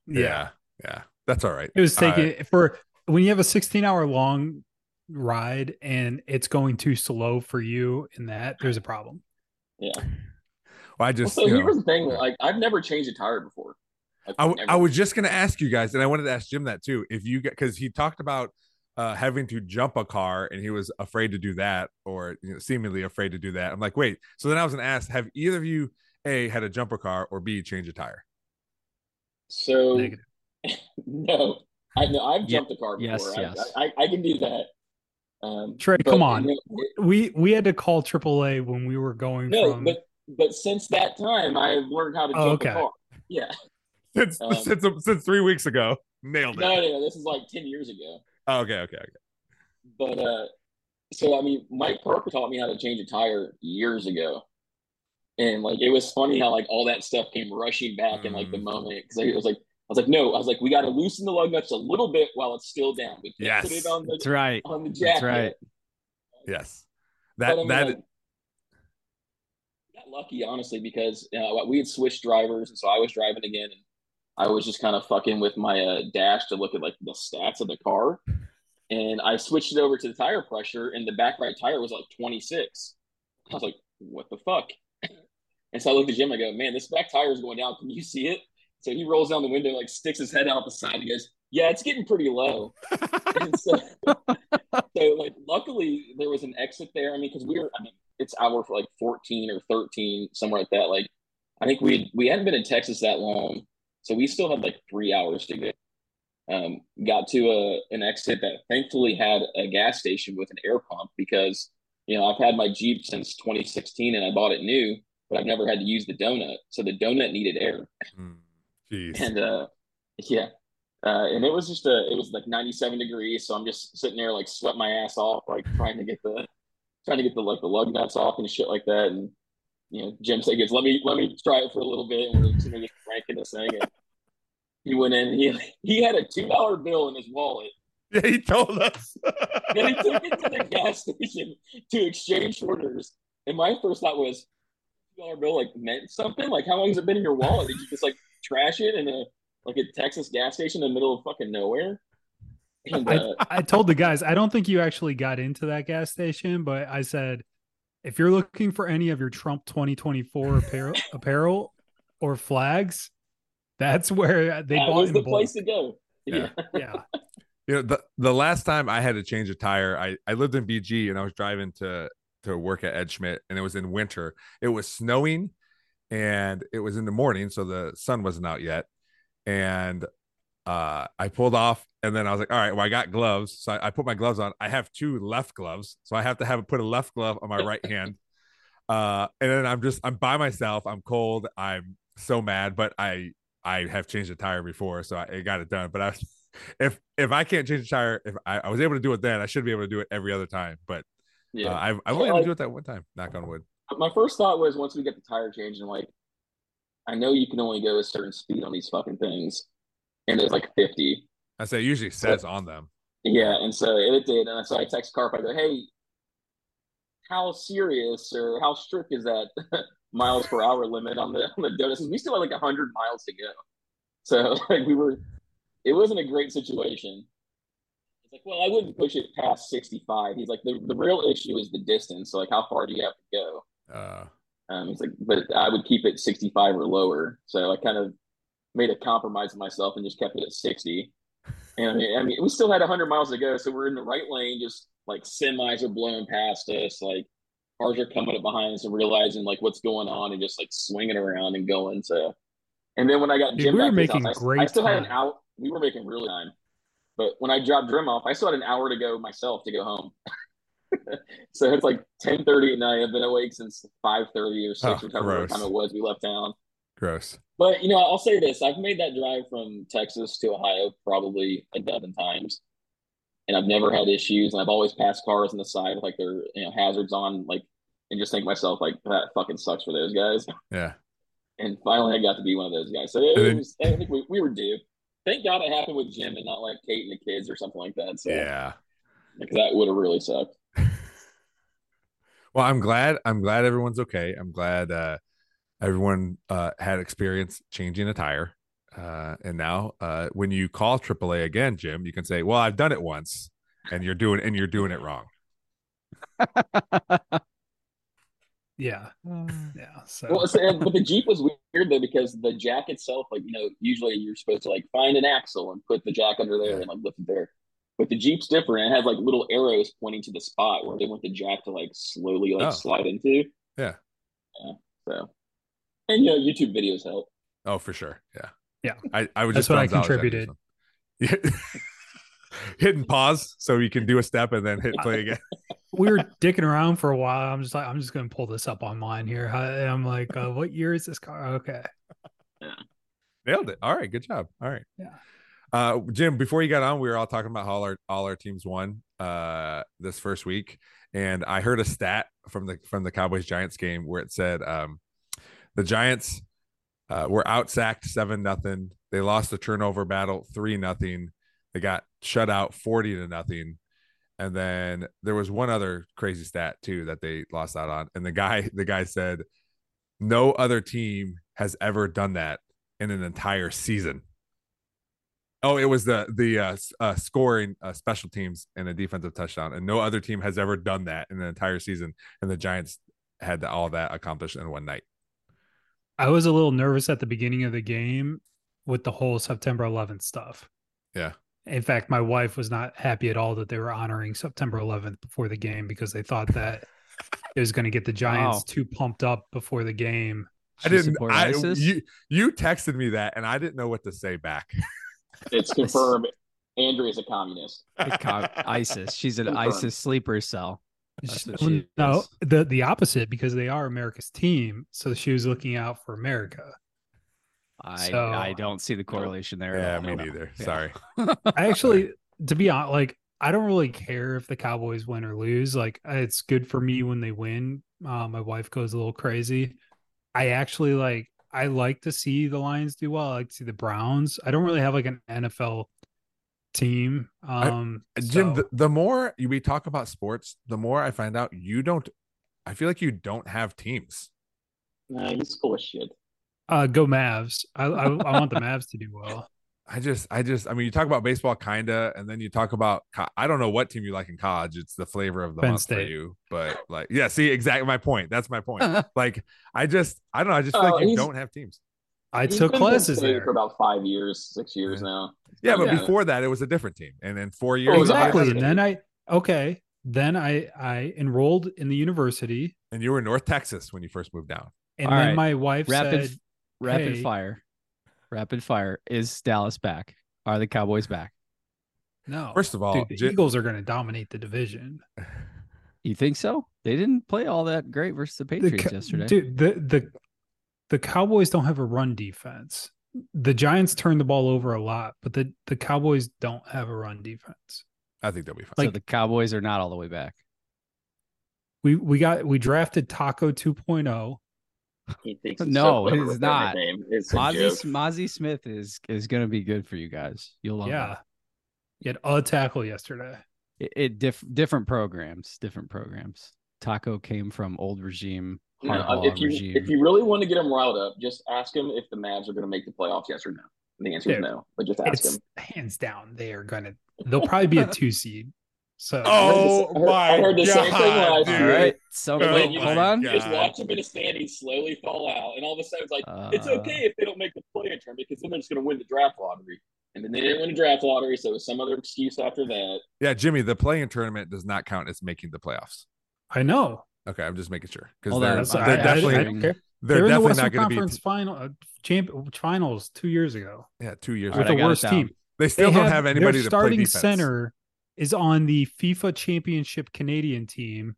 S2: yeah, Uh, yeah, that's all right.
S5: It was
S2: All right.
S5: taking for when you have a 16 hour long ride and it's going too slow for you in that, there's a problem.
S2: Well, I just
S4: so
S2: you know,
S4: here's the thing: like I've never changed a tire before. Like,
S2: I, w-
S4: never.
S2: I was just going to ask you guys, and I wanted to ask Jim that too. If you get, because he talked about uh, having to jump a car and he was afraid to do that, or you know, seemingly afraid to do that. I'm like, wait. So then I was going to ask, have either of you, A, had a jumper car, or B, change a tire?
S4: So
S5: Negative.
S4: no, I know I've
S3: Ye-
S4: jumped the car before.
S3: yes,
S4: I,
S3: yes.
S4: I, I, I can do that. Um,
S5: Trey,
S4: but,
S5: come on.
S4: you know,
S5: We we had to call AAA when we were going
S4: no,
S5: from.
S4: but but since that time, I've learned how to
S5: Oh,
S4: jump the
S5: okay.
S4: car. Yeah,
S2: Since
S4: Um,
S2: since since three weeks ago, nailed it.
S4: no, no, no, this is like ten years ago.
S2: Oh, okay, okay, okay.
S4: But uh, so I mean, Mike Parker taught me how to change a tire years ago, and like it was funny how like all that stuff came rushing back in like the
S2: Mm.
S4: moment because I was like, I was like, no, I was like, we got to loosen the lug nuts a little bit while it's still down. We can't put
S2: Yes.
S4: it on
S3: That's
S4: the
S3: right.
S4: on the jacket.
S3: That's right.
S2: Yes,
S4: But,
S2: that
S4: I mean,
S2: that
S4: like, got lucky honestly because uh, we had switched drivers, and so I was driving again, and I was just kind of fucking with my uh, dash to look at like the stats of the car, and I switched it over to the tire pressure, and the back right tire was like 26. I was like, what the fuck? And so I looked at Jim. I go, man, this back tire is going down. Can you see it? So he rolls down the window, like sticks his head out the side. He goes, yeah, it's getting pretty low. And so, so like luckily there was an exit there. I mean, because we were, I mean, it's hour for like fourteen or thirteen, somewhere like that. Like, I think we we hadn't been in Texas that long, so we still had like three hours to go. Um, got to a an exit that thankfully had a gas station with an air pump because you know I've had my Jeep since 2016 and I bought it new, but I've never had to use the donut, so the donut needed air
S2: Mm, jeez,
S4: and uh yeah uh and it was just a it was like 97 degrees so i'm just sitting there like sweat my ass off like trying to get the trying to get the like the lug nuts off and shit like that and you know jim said let me let me try it for a little bit and we're sitting there just cranking this thing and he went in he he had a two dollar bill in his wallet
S2: yeah, he told us.
S4: then he took it to the gas station to exchange orders and my first thought was two dollar bill like meant something like how long has it been in your wallet did you just like trash it in a like a texas gas station in the middle of fucking nowhere and uh,
S5: I told the guys, I don't think you actually got into that gas station, but I said, if you're looking for any of your Trump 2024 apparel, apparel or flags, that's where they
S4: that
S5: bought
S4: was
S5: in
S4: the
S5: bulk.
S4: place to go
S2: Yeah.
S5: Yeah.
S2: You know, the, the last time I had to change a tire, I, I lived in BG and I was driving to to work at Ed Schmidt and it was in winter. It was snowing and it was in the morning, so the sun wasn't out yet. And uh I pulled off and then I was like, all right, well, I got gloves. So I, I put my gloves on. I have two left gloves. So I have to have put a left glove on my right hand. Uh and then I'm just I'm by myself. I'm cold. I'm so mad, but I I have changed a tire before, so I it got it done. But I was if if I can't change a tire, if I, I was able to do it then, I should be able to do it every other time. But
S4: yeah
S2: uh, I've I've
S4: So,
S2: only able to
S4: like-
S2: do it that one time. Knock on wood.
S4: But my first thought was once we get the tire changed and like i know you can only go a certain speed on these fucking things and it's like 50
S2: I say it usually says on them.
S4: Yeah, and so it did, and so I text Carp. I go, "Hey, how serious or how strict is that miles per hour limit on the on the donuts? 'Cause We still had like hundred miles to go, so like we were, it wasn't a great situation. It's like, well, I wouldn't push it past sixty five. He's like, the the real issue is the distance. So like, how far do you have to go?
S2: Uh,
S4: Um, he's like, but I would keep it sixty five or lower. So I kind of made a compromise with myself and just kept it at sixty. And I mean, I mean, we still had 100 miles to go, so we're in the right lane. Just like semis are blowing past us, like cars are coming up behind us and realizing like what's going on, and just like swinging around and going to. And then when I got
S5: Dude,
S4: Jim
S5: we
S4: back,
S5: were
S4: to his
S5: making
S4: house, I- I
S5: great
S4: still had an
S5: time.
S4: hour. We were making really time, but when I dropped Jim off, I still had an hour to go myself to go home. so it's like 10:30 at night. I've been awake since 5:30 or six,
S2: Oh,
S4: or whatever
S2: gross.
S4: time it was we left town.
S2: gross.
S4: But you know, I'll say this: I've made that drive from Texas to Ohio probably a dozen times, and I've never had issues. And I've always passed cars on the side with like their you know hazards on, like, and just think to myself like that fucking sucks for those guys.
S2: Yeah.
S4: And finally, I got to be one of those guys. So it
S2: And then-
S4: was, I think we, we were due. Thank God it happened with Jim and not like Kate and the kids or something like that. So
S2: Yeah.
S4: like, that would have really sucked.
S2: Well, I'm glad. I'm glad everyone's okay. I'm glad uh, everyone uh, had experience changing a tire. Uh, and now, uh, when you call AAA again, Jim, you can say, "Well, I've done it once, and you're doing and you're doing it wrong."
S5: Yeah. Yeah. So
S4: Well, so, and- but the Jeep was weird though because the jack itself, like you know, usually you're supposed to like find an axle and put the jack under there and like lift it there. But the Jeep's different. It had like little arrows pointing to the spot where they want the jack to like slowly like
S2: Oh.
S4: slide into.
S2: Yeah.
S4: Yeah. So, and you know, YouTube videos help.
S2: Oh, for sure. Yeah.
S5: Yeah.
S2: I, I would
S5: That's
S2: just
S5: what I
S2: thumbs out at
S5: contributed.
S2: this one. Yeah. hit and pause so you can do a step and then hit play again.
S5: we were dicking around for a while. I'm just like, I'm just gonna pull this up online here. I, and I'm like, uh, what year is this car? Okay,
S2: Nailed it. All right, good job. All right.
S5: Yeah.
S2: Uh, Jim, before you got on, we were all talking about how all our all our teams won uh this first week, and I heard a stat from the from the Cowboys Giants game where it said um the Giants uh, were outsacked seven nothing. They lost the turnover battle three nothing. They got shut out forty to nothing. And then there was one other crazy stat too that they lost out on. And the guy the guy said no other team has ever done that in an entire season. Oh, it was the the uh, s- uh, scoring uh, special teams and a defensive touchdown, and no other team has ever done that in an entire season. And the Giants had the, all that accomplished in one night.
S5: I was a little nervous at the beginning of the game with the whole September 11th stuff.
S2: Yeah.
S5: In fact, my wife was not happy at all that they were honoring September 11th before the game because they thought that it was going to get the Giants
S3: Wow.
S5: too pumped up before the game.
S2: I
S3: She
S2: didn't.
S3: support
S2: I,
S3: ISIS?
S2: you you texted me that, and I didn't know what to say back.
S4: It's confirmed. Andrea's a communist.
S3: The co- ISIS. She's an
S4: Confirmed.
S3: ISIS sleeper cell. That's what
S5: Well,
S3: she
S5: oh, no,
S3: is.
S5: the the opposite because they are America's team, so she was looking out for America.
S3: I
S5: So-
S3: I don't see the correlation there.
S2: Yeah,
S3: at all.
S2: me
S3: No.
S2: neither.
S3: Yeah.
S2: Sorry.
S5: I actually, to be honest, like I don't really care if the Cowboys win or lose. Like uh, it's good for me when they win. Uh, my wife goes a little crazy. I actually like. I like to see the Lions do well. I like to see the Browns. I don't really have like an NFL team. Um,
S2: Jim,
S5: so-
S2: the, the more we talk about sports, the more I find out you don't. I feel like you don't have teams.
S4: Nah, he's full of shit.
S5: uh, go Mavs. I, I I want the Mavs to do well.
S2: I just, I just, I mean, you talk about baseball, kinda, and then you talk about, co- I don't know what team you like in college. It's the flavor of the
S5: Penn
S2: month for
S5: State.
S2: you, but like, yeah, see, exactly my point. That's my point. like, I just, I don't know. I just feel
S4: Oh,
S2: like you
S4: he's-
S2: don't have teams.
S5: I
S4: He's
S5: took
S4: been in
S5: classes
S4: state
S5: there.
S4: for about five years, six years now.
S2: Yeah, but
S4: Yeah. Oh,
S2: before that, it was a different team, and in four years,
S4: was a high
S5: exactly.
S4: school.
S5: And then I okay. Then I I enrolled in the university,
S2: and you were in North Texas when you first moved down.
S5: and
S3: All
S5: then
S3: right.
S5: my wife
S3: rapid
S5: said,
S3: rapid
S5: "Hey."
S3: fire. Rapid fire. Is Dallas back? Are the Cowboys back?
S5: "No."
S2: First of all,
S5: Oh, Dude, the
S2: Ji-
S5: Eagles are going to dominate the division.
S3: You think so? They didn't play all that great versus the
S5: The,
S3: Patriots
S5: Cow-
S3: yesterday.
S5: Dude, the the the Cowboys don't have a run defense. The Giants turn the ball over a lot, but the the Cowboys don't have a run defense.
S2: I think they'll be fine.
S3: so the Cowboys are not all the way back.
S5: We we got we drafted Taco oh. 2.0.
S4: He thinks he's
S3: No,
S4: so clever
S3: he's
S4: with
S3: not.
S4: everything. It's a
S3: Mozzie,
S4: joke.
S3: S- Mozzie Smith is is going to be good for you guys. You'll love
S5: yeah.
S3: that.
S5: He had a tackle yesterday.
S3: It, it diff, different programs, different programs. Taco came from old regime,
S4: No,
S3: hardball
S4: if you
S3: regime.
S4: if you really want to get him riled up, just ask him if the Mavs are going to make the playoffs. Yes or no. And the answer is
S5: Dude,
S4: no. But just ask
S5: it's
S4: him.
S5: hands down they are going to they'll probably be a 2 seed. So
S2: oh
S4: I heard- I heard
S2: my
S4: the same thing
S2: god!
S4: last
S2: dude.
S3: all
S4: year.
S3: right, so
S2: Oh
S3: wait,
S4: my
S3: hold on.
S2: God.
S4: You just watch him in the standings slowly fall out, and all of a sudden it's like it's
S3: Uh,
S4: okay if they don't make the play-in tournament because then they're just going to win the draft lottery. And then they didn't win the draft lottery, so it was some other excuse after that.
S2: Yeah, Jimmy, the playing tournament does not count as making the playoffs.
S5: I know.
S2: Okay, I'm just making sure because
S3: Hold on,
S2: they're,
S5: That's,
S3: I'm
S5: I,
S2: they're
S5: I- I
S2: definitely
S5: don't care.
S2: they're,
S5: They were in
S2: definitely
S5: the Western
S2: not going to
S5: Conference
S2: be
S5: final uh, champ finals 2 years ago
S2: yeah two years.
S3: All
S5: with
S3: right, I
S5: the
S3: got it
S5: worst
S3: down.
S5: team.
S2: They still
S5: they
S2: don't have, anybody
S5: their
S2: to play
S5: starting
S2: defense.
S5: center is on the FIFA Championship Canadian team.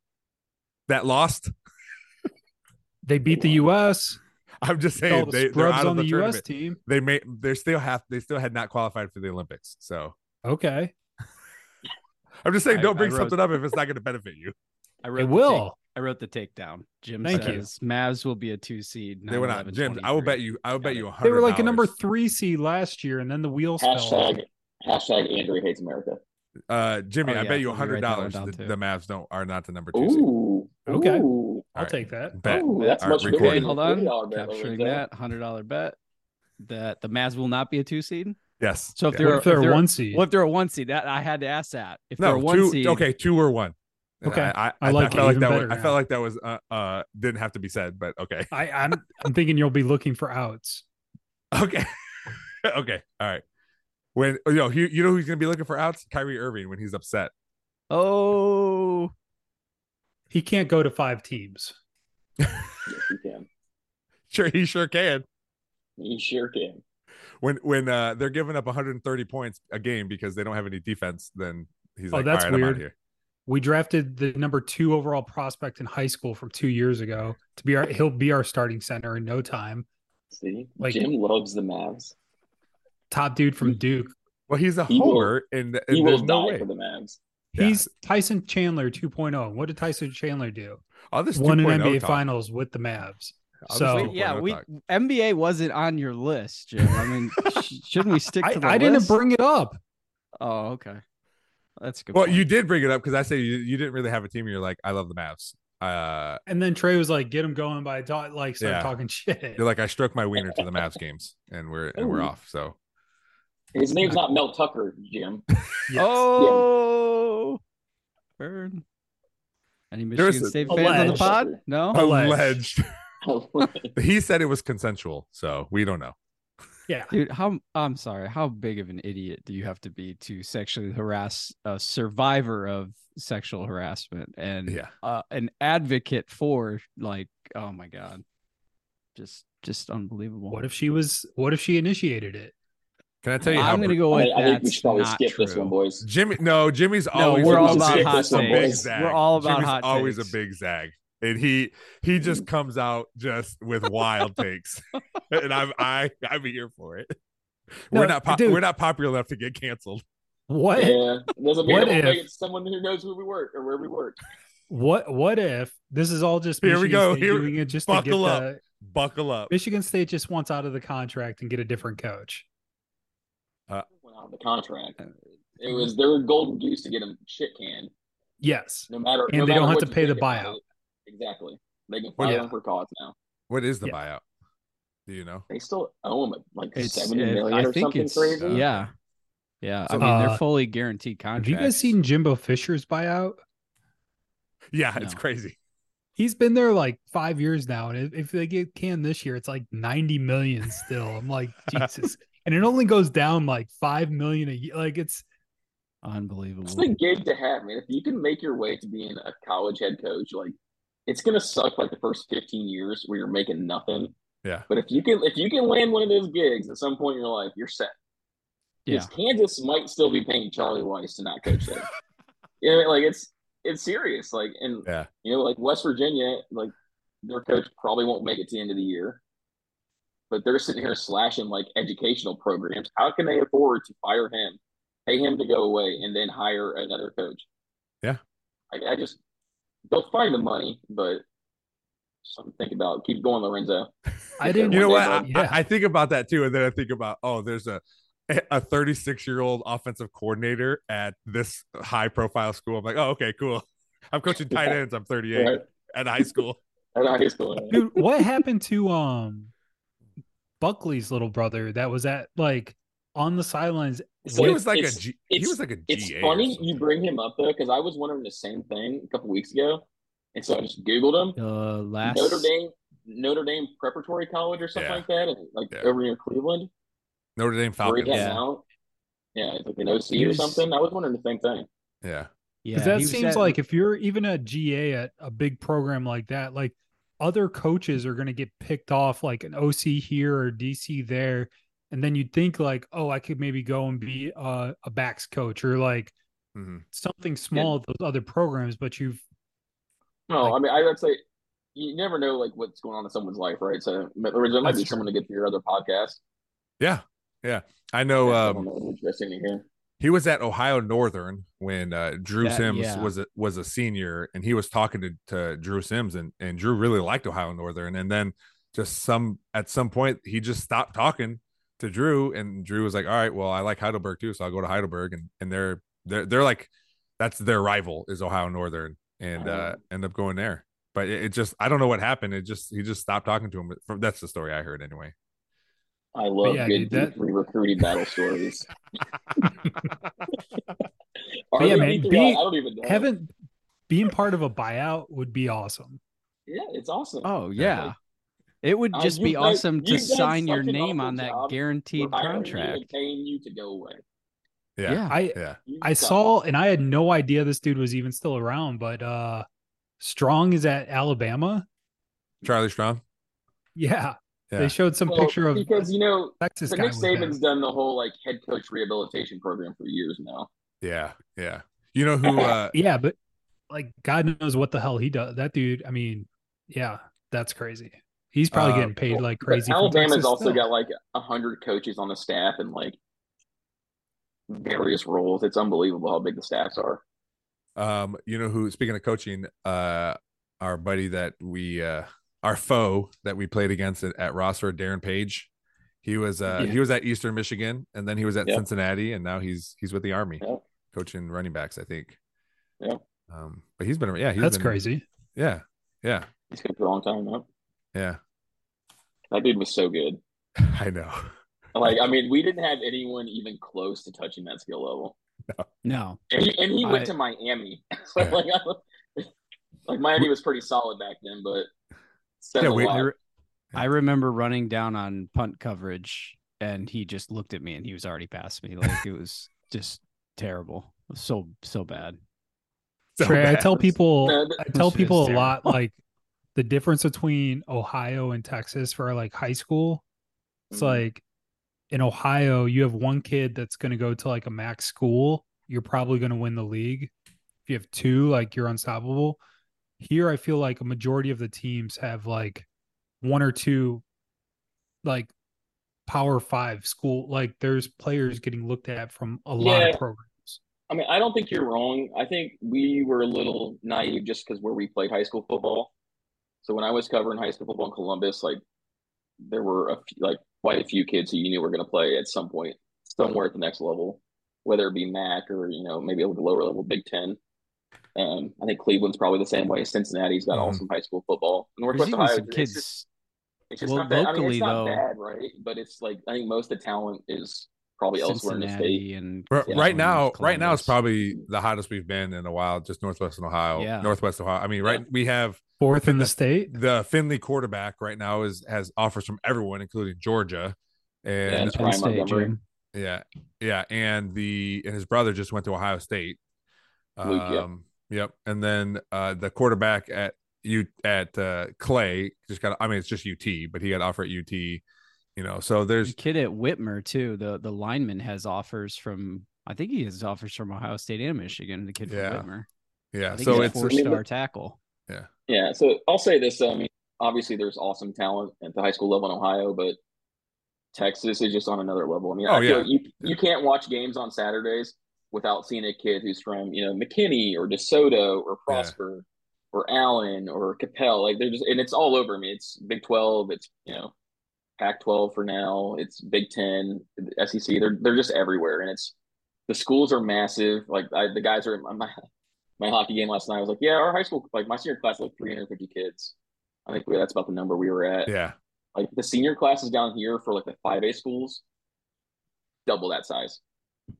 S2: that lost.
S5: They beat the U.S.
S2: I'm just
S5: with all
S2: saying
S5: the
S2: they, they're
S5: scrubs
S2: out
S5: on
S2: of the,
S5: the, U.S.
S2: tournament.
S5: team.
S2: They may they still have they still had not qualified for the Olympics. So
S5: Okay,
S2: I'm just saying,
S3: I-
S2: don't
S3: I
S2: bring
S3: wrote-
S2: something up if it's not going to benefit you.
S3: I
S5: it
S3: wrote the take-
S5: will.
S3: I wrote the takedown. Jim
S5: Thank you.
S3: says Mavs will be a two seed.
S2: They were not,
S3: 9/11,
S2: Jim. I will
S3: 23.
S2: bet you. I will
S3: Got
S2: bet
S3: it.
S2: you. $100.
S5: They were like a number three seed last year, and then the wheels fell. off.
S4: Hashtag hashtag Andrew hates America.
S2: Uh, Jimmy,
S3: Oh,
S2: I
S3: yeah,
S2: bet you
S3: let me
S2: hundred
S3: write that one
S2: dollars.
S3: down,
S2: The,
S3: too.
S2: the Mavs don't are not the number two. seed.
S4: Ooh.
S5: Okay.
S4: Ooh.
S5: I'll
S2: Alright.
S5: take that.
S2: Bet.
S4: Ooh, that's
S2: All right,
S4: much bigger
S2: record.
S3: Okay,
S4: than
S3: hold
S4: the $40
S3: on.
S4: bet,
S3: Capturing
S4: Lorenzo.
S3: that hundred dollar bet that the Mavs will not be a two seed.
S2: Yes.
S3: So if
S2: Yeah.
S5: What
S3: they're-
S5: if they're
S3: they're-
S5: one seed?
S3: Well, if they're a one seed, that I had to ask that. If they're a
S2: no
S3: one
S2: two.
S3: seed,
S2: Okay, two or one. And
S5: Okay,
S2: I, I,
S5: I like it
S2: felt like
S5: even
S2: that. Was,
S5: better
S2: I
S5: now.
S2: felt like that was uh, uh didn't have to be said, but okay,
S5: I, I'm I'm thinking you'll be looking for outs.
S2: okay, okay. All right. When you know, you, you know who's going to be looking for outs? Kyrie Irving when he's upset.
S3: Oh,
S5: He can't go to five teams.
S4: Yes, you can.
S2: Sure, he sure can.
S4: You sure can.
S2: when when uh, they're giving up 130 points a game because they don't have any defense, then he's
S5: Oh,
S2: like,
S5: that's
S2: All right, I'm out
S5: weird.
S2: here.
S5: We drafted the number two overall prospect in high school from two years ago to be our he'll be our starting center in no time.
S4: See,
S5: Like-
S4: Jim loves the Mavs.
S5: Top dude from Duke.
S2: Well, he's a
S4: He will-
S2: homer, and, and
S4: He will
S2: there's
S4: die
S2: no way.
S4: for the Mavs.
S2: Yeah.
S5: He's Tyson Chandler 2.0. What did Tyson Chandler do?
S2: All this
S5: Won an
S2: 2.0
S5: NBA
S2: talk.
S5: Finals with the Mavs.
S2: All this
S5: So-
S2: 2.0
S3: yeah, we
S2: talk.
S3: NBA wasn't on your list, Jim. I mean, sh- shouldn't we stick
S5: I,
S3: to the
S5: I didn't
S3: list?
S5: bring it up.
S3: Oh, okay. That's a good.
S2: Well,
S3: point.
S2: you did bring it up because I say you, you didn't really have a team. You're like, I love the Mavs. Uh,
S5: And then Trey was like, get him going by dot like start
S2: Yeah.
S5: talking shit.
S2: you're like, I stroke my wiener to the Mavs games, and we're and we're
S4: Ooh.
S2: off. So
S4: His name's not Mel Tucker, Jim.
S5: Yes.
S3: Oh, burn. Any
S2: There was
S3: Michigan
S2: a-
S3: State fans on the
S5: Alleged.
S3: pod? No.
S5: Alleged.
S2: alleged. he said it was consensual, so we don't know.
S5: Yeah.
S3: Dude, how I'm sorry. How big of an idiot do you have to be to sexually harass a survivor of sexual harassment and
S2: Yeah,
S3: uh, an advocate for like oh my god. Just just unbelievable.
S5: What if she was what if she initiated it?
S2: can I tell you how
S3: I'm going to go
S4: I,
S3: with
S4: I think we
S3: that's
S4: should probably
S3: not
S4: skip this
S3: true.
S4: one, boys.
S2: Jimmy? No, Jimmy's
S3: No,
S2: always
S3: we're
S2: a-
S3: all
S4: Let's
S3: about
S4: skip
S3: hot
S4: this one,
S2: a big
S3: takes.
S4: boys.
S2: zag.
S3: We're all about
S2: Jimmy's
S3: hot
S2: always
S3: takes.
S2: a big zag, and he he just comes out just with wild takes, and I'm I I'm here for it.
S5: No,
S2: we're not pop
S5: dude.
S2: we're not popular enough to get canceled.
S5: What
S4: Yeah, doesn't mean
S5: What
S4: it won't
S5: if-
S4: make it someone who knows who we work or where we work.
S5: what what if this is all just
S2: Here
S5: Michigan
S2: we go.
S5: State
S2: Here-
S5: doing it just to get
S2: buckle
S5: the
S2: Buckle up.
S5: Michigan State just wants out of the contract and get a different coach.
S4: Went out of the contract.
S5: Uh,
S4: It was their golden goose to get him shit canned.
S5: Yes.
S4: No matter,
S5: And
S4: no
S5: they don't
S4: matter
S5: have
S4: what
S5: to
S4: you
S5: pay the
S4: think about
S5: buyout.
S4: it. Exactly, they can
S2: Well,
S4: fire
S5: yeah.
S4: him for cause now.
S2: What is the
S5: Yeah.
S2: buyout? Do you know?
S4: They still owe him like
S3: It's,
S4: seventy
S3: it-
S4: million
S3: I
S4: or
S3: think
S4: something
S3: it's-
S4: crazy.
S2: uh,
S3: Yeah. Yeah. I
S2: So-
S3: mean,
S5: Uh,
S3: they're fully guaranteed
S5: Have
S3: contracts.
S5: you guys seen Jimbo Fisher's buyout?
S2: Yeah, it's
S3: No.
S2: crazy.
S5: He's been there like five years now, and if, if they get canned this year, it's like ninety million still. I'm like Jesus, and it only goes down like five million a year. Like it's
S4: It's
S3: Unbelievable.
S4: the gig to have, man. If you can make your way to being a college head coach, like it's gonna suck like the first fifteen years where you're making nothing.
S2: Yeah.
S4: But if you can if you can land one of those gigs at some point in your life, you're set. Because Kansas might still be paying Charlie Weiss to not coach there. you know, like it's it's serious. Like and
S2: Yeah.
S4: you know, like West Virginia, like their coach probably won't make it to the end of the year. But they're sitting here slashing like educational programs. How can they afford to fire him, pay him to go away, and then hire another coach?
S2: Yeah.
S4: I, I just they'll find the money, but something to think about. Keep going, Lorenzo.
S5: I didn't.
S2: You know what?
S4: One day,
S2: I,
S5: bud. Yeah.
S2: I, I think about that too, and then I think about oh, there's a a 36 year old offensive coordinator at this high profile school. I'm like, oh, okay, cool. I'm coaching tight ends. I'm 38
S4: Right?
S2: at high school.
S4: I know he's going.
S5: dude what happened to um buckley's little brother that was at like on the sidelines
S4: So
S2: he
S4: it's-
S2: was like a
S4: it's-
S2: G, he
S4: it's-
S2: was like a
S4: It's
S2: GA. or
S4: funny you
S2: something.
S4: bring him up though, because I was wondering the same thing a couple weeks ago, and so I just Googled him.
S3: The last
S4: Notre Dame, Notre Dame Preparatory College or something
S2: Yeah.
S4: like that, and like
S2: Yeah.
S4: over near Cleveland,
S2: Notre Dame
S4: where he
S2: Falcons.
S4: got
S2: Yeah.
S3: Yeah.
S4: out. Yeah, it's like an
S3: He
S4: OC or
S3: was-
S4: something. I was wondering the same thing.
S3: Yeah.
S5: 'Cause
S3: he
S5: that
S3: was at-
S5: seems like if you're even a ga at a big program like that like other coaches are going to get picked off like an oc here or dc there and then you'd think like oh i could maybe go and be uh, a backs coach or like
S2: Mhm.
S5: something small at those other programs but you've
S4: No,
S5: Like-
S4: I mean, I would say you never know like what's going on in someone's life, right? So there might
S5: That's
S4: be
S5: true.
S4: someone to get to your other podcast.
S2: yeah. Yeah. I know
S4: Yeah,
S2: um,
S4: someone that was interesting to hear.
S2: he was at Ohio Northern when uh, Drew
S3: That-
S2: Sims
S3: yeah.
S2: was a, was a senior, and he was talking to, to Drew Sims, and and Drew really liked Ohio Northern, and then just some at some point he just stopped talking to Drew, and Drew was like, "All right, well, I like Heidelberg too, so I'll go to Heidelberg," and and they're they're they're like that's their rival is Ohio Northern, and uh,
S4: Oh.
S2: end up going there. But it, it just I don't know what happened. It just he just stopped talking to him. From, that's the story I heard anyway.
S4: I love
S5: yeah,
S4: good
S5: dude, that-
S4: D3 recruiting battle stories. Are
S5: yeah,
S4: they
S5: man,
S4: D3?
S5: being-
S4: I don't even know.
S5: haven't being part of a buyout would be awesome
S4: Yeah, it's awesome.
S3: Oh
S2: Yeah.
S3: yeah. It would
S4: Uh,
S3: just
S4: you
S3: be
S4: guys-
S3: awesome
S4: you
S3: to
S4: guys
S3: sign your
S4: suck an
S3: name
S4: awful
S3: on that
S4: job.
S3: guaranteed
S4: We're hiring you and
S3: contract.
S4: paying you to go away.
S2: Yeah, yeah.
S5: i
S4: You
S5: I
S4: suck.
S5: saw, and I had no idea this dude was even still around, but uh Strong is at Alabama.
S2: Charlie Strong.
S5: Yeah.
S2: Yeah.
S5: They showed some
S4: Well,
S5: picture of
S4: because you know
S5: Texas
S4: but
S5: guy.
S4: Nick
S5: was there.
S4: Saban's done the whole like head coach rehabilitation program for years now.
S2: Yeah, yeah. You know who? Uh,
S5: Yeah, but like God knows what the hell he does. That dude, I mean, yeah, that's crazy. He's probably
S2: Uh,
S5: getting paid like
S4: But
S5: crazy. from
S4: Alabama's
S5: Texas
S4: also
S5: still.
S4: got like a hundred coaches on the staff and like various roles. It's unbelievable how big the staffs are.
S2: um, you know who? Speaking of coaching, uh, our buddy that we, uh, our foe that we played against at, at Rosser, Darren Page. He was uh,
S4: Yeah.
S2: he was at Eastern Michigan, and then he was at
S4: Yeah.
S2: Cincinnati, and now he's he's with the Army,
S4: Yeah.
S2: coaching running backs, I think.
S4: Yeah.
S2: Um, but he's been yeah, he's
S5: That's
S2: been-
S5: crazy.
S2: Yeah, yeah,
S4: He's been for a long time now.
S2: yeah.
S4: That dude was so good.
S2: I know.
S4: Like, I mean, we didn't have anyone even close to touching that skill level.
S3: No,
S4: And he, and he went
S3: I-
S4: to Miami. so like, I don't- like Miami was pretty solid back then, but says
S2: Yeah,
S4: a
S2: we-
S4: lot.
S3: I, re-
S2: Yeah.
S3: I remember running down on punt coverage, and he just looked at me, and he was already past me. Like it was just terrible, so so bad.
S2: So
S5: Trey, I
S2: bad.
S5: tell people
S4: No, th-
S5: I tell
S3: It's
S5: people a
S3: terrible.
S5: lot like the difference between Ohio and Texas for like high school. It's
S4: Mhm.
S5: like in Ohio, you have one kid that's going to go to like a max school. You're probably going to win the league. If you have two, like you're unstoppable. Here, I feel like a majority of the teams have like one or two, like power five school. Like there's players getting looked at from a lot
S4: Yeah.
S5: of programs.
S4: I mean, I don't think you're wrong. I think we were a little naive just because where we played high school football. So when I was covering high school football in Columbus, like there were a few, like quite a few kids who you knew were going to play at some point somewhere at the next level, whether it be MAC or you know maybe a little lower level Big Ten. Um, I think Cleveland's probably the same way. Cincinnati's got
S2: Mhm.
S4: awesome high school football.
S3: Mm-hmm. There's
S4: Northwest
S3: even
S4: Ohio,
S3: some
S4: it's
S3: kids.
S4: just- it's just
S3: Well,
S4: not bad. I mean,
S3: locally,
S4: it's
S3: though-
S4: not bad, right? But it's like I think most of the talent is probably elsewhere in the state.
S3: Cincinnati and
S2: Bro,
S4: Yeah.
S2: right now, right now is
S3: Columbus.
S2: probably the hottest we've been in a while. Just northwestern Ohio,
S3: Yeah.
S2: northwest Ohio. I mean, right, we have
S5: Fourth in the
S2: That's-
S5: state.
S2: the Finley quarterback right now is has offers from everyone, including Georgia, and
S4: it's
S3: Penn
S4: Ryan
S3: State,
S4: Montgomery.
S3: Jim.
S2: yeah, yeah, and the and his brother just went to Ohio State.
S4: Luke, yeah.
S2: Um, yep, and then uh, the quarterback at U at uh, Clay just got. I mean, it's just UT, but he got offered at UT. You know, so
S3: The
S2: there's
S3: kid at Whitmer too. The the lineman has offers from. I think he has offers from Ohio State and Michigan. The kid from
S2: Yeah.
S3: Whitmer. I
S2: yeah,
S3: think
S2: so
S3: he's a
S2: it's
S3: four star tackle.
S4: Yeah, so I'll say this. though, I mean, obviously, there's awesome talent at the high school level in Ohio, but Texas is just on another level. I mean,
S2: Oh,
S4: I feel
S2: yeah.
S4: you you can't watch games on Saturdays without seeing a kid who's from you know McKinney or DeSoto or Prosper or Allen or Capel. Like they're just and it's all over. I mean, it's Big Twelve. It's you know Pac twelve for now. It's Big Ten, SEC. They're they're just everywhere, and it's the schools are massive. Like I, the guys are my my hockey game last night. I was like, yeah, our high school like my senior class had, like 350 kids. I think we- that's about the number we were at.
S2: yeah,
S4: Like the senior classes down here for like the 5A schools, double that size,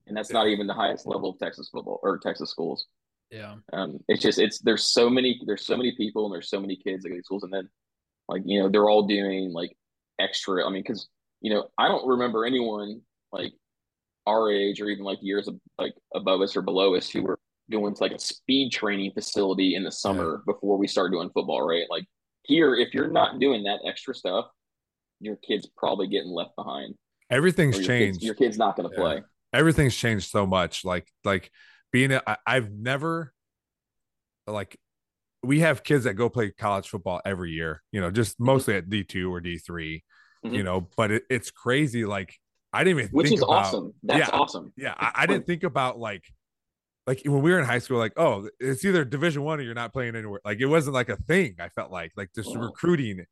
S4: and that's not even the highest level of Texas football or Texas schools.
S5: Yeah.
S4: Um, it's just it's there's so many there's so many people and there's so many kids at these schools, and then like you know they're all doing like extra. I mean, because you know I don't remember anyone like our age or even like years of, like above us or below us who were doing like a speed training facility in the summer before we started doing football, right? Like here, if you're not doing that extra stuff, your kid's probably getting left behind. or
S2: everything's
S4: your
S2: changed.
S4: Kid's, your kid's not going to
S2: Yeah.
S4: play.
S2: everything's changed so much like like being a, I, i've never like we have kids that go play college football every year you know just mostly at d2 or d3 you
S4: Mhm.
S2: know but it, it's crazy like i didn't even
S4: Which
S2: think
S4: is
S2: about,
S4: awesome. That's
S2: yeah.
S4: awesome.
S2: yeah I, I didn't
S4: Like-
S2: think about like like when we were in high school like oh it's either division one or you're not playing anywhere like it wasn't like a thing i felt like like just
S4: Wow.
S2: recruiting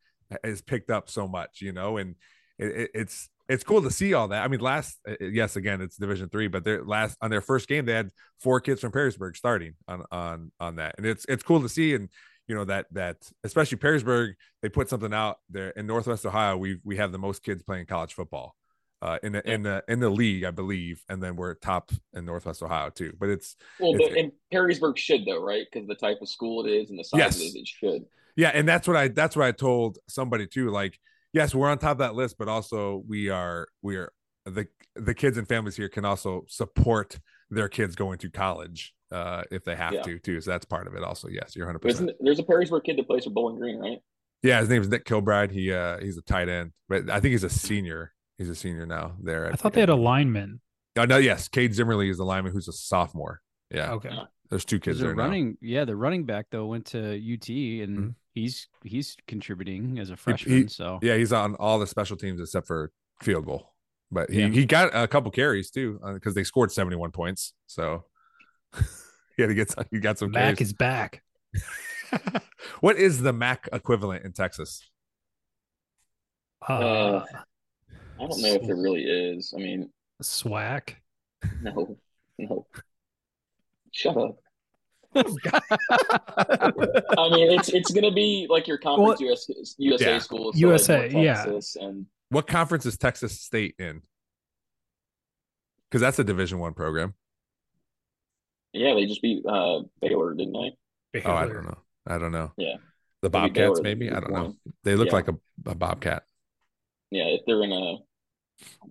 S2: has picked up so much you know and it, it, it's it's cool to see all that i mean last uh, yes again it's division three but their last on their first game they had four kids from perrysburg starting on on on that and it's it's cool to see and you know that that especially perrysburg they put something out there in northwest ohio we we have the most kids playing college football uh, in the in the in the league, I believe, and then we're top in Northwest Ohio too. But it's
S4: Well,
S2: It's-
S4: but, and Perrysburg should though, right? Because the type of school it is and the size
S2: Yes.
S4: it is, it should.
S2: yeah, and that's what I that's what I told somebody too. Like, yes, we're on top of that list, but also we are we are the the kids and families here can also support their kids going to college uh, if they have
S4: Yeah.
S2: to too. So that's part of it. Also, yes, you're 100.
S4: But isn't
S2: percent
S4: there's a Perrysburg kid that plays for Bowling Green, right?
S2: Yeah, his name's Nick Kilbride. He uh he's a tight end, but I think he's a senior. He's a senior now. There,
S5: I thought they had a lineman.
S2: Oh no, yes, Cade Zimmerly is the lineman who's a sophomore. Yeah,
S5: Okay.
S2: there's two kids
S3: the
S2: there now.
S3: running, yeah, the running back though went to UT and
S2: Mhm.
S3: he's he's contributing as a freshman. so
S2: Yeah, he's on all the special teams except for field goal. But he,
S3: Yeah.
S2: he got a couple carries too because they scored 71 points. So he had to get some, he got some
S5: Mac
S2: carries.
S5: is back.
S2: what is the Mac equivalent in Texas?
S5: Uh,
S4: Uh, I don't know if there really is. I mean,
S5: Swack.
S4: no, no. Shut up. I mean, it's it's gonna be like your conference US, USA
S2: Yeah.
S4: schools. so, like,
S5: USA,
S4: North
S5: yeah.
S4: Texas and
S2: What conference is Texas State in? Because that's a Division One program.
S4: yeah, they just beat uh, Baylor, didn't they?
S2: Oh, I don't know. I don't know.
S4: Yeah.
S2: the
S4: They beat
S2: Bobcats
S4: Baylor
S2: maybe. I
S4: week
S2: don't know.
S4: one.
S2: They look
S4: Yeah.
S2: like a, a Bobcat.
S4: Yeah, if they're in a, oh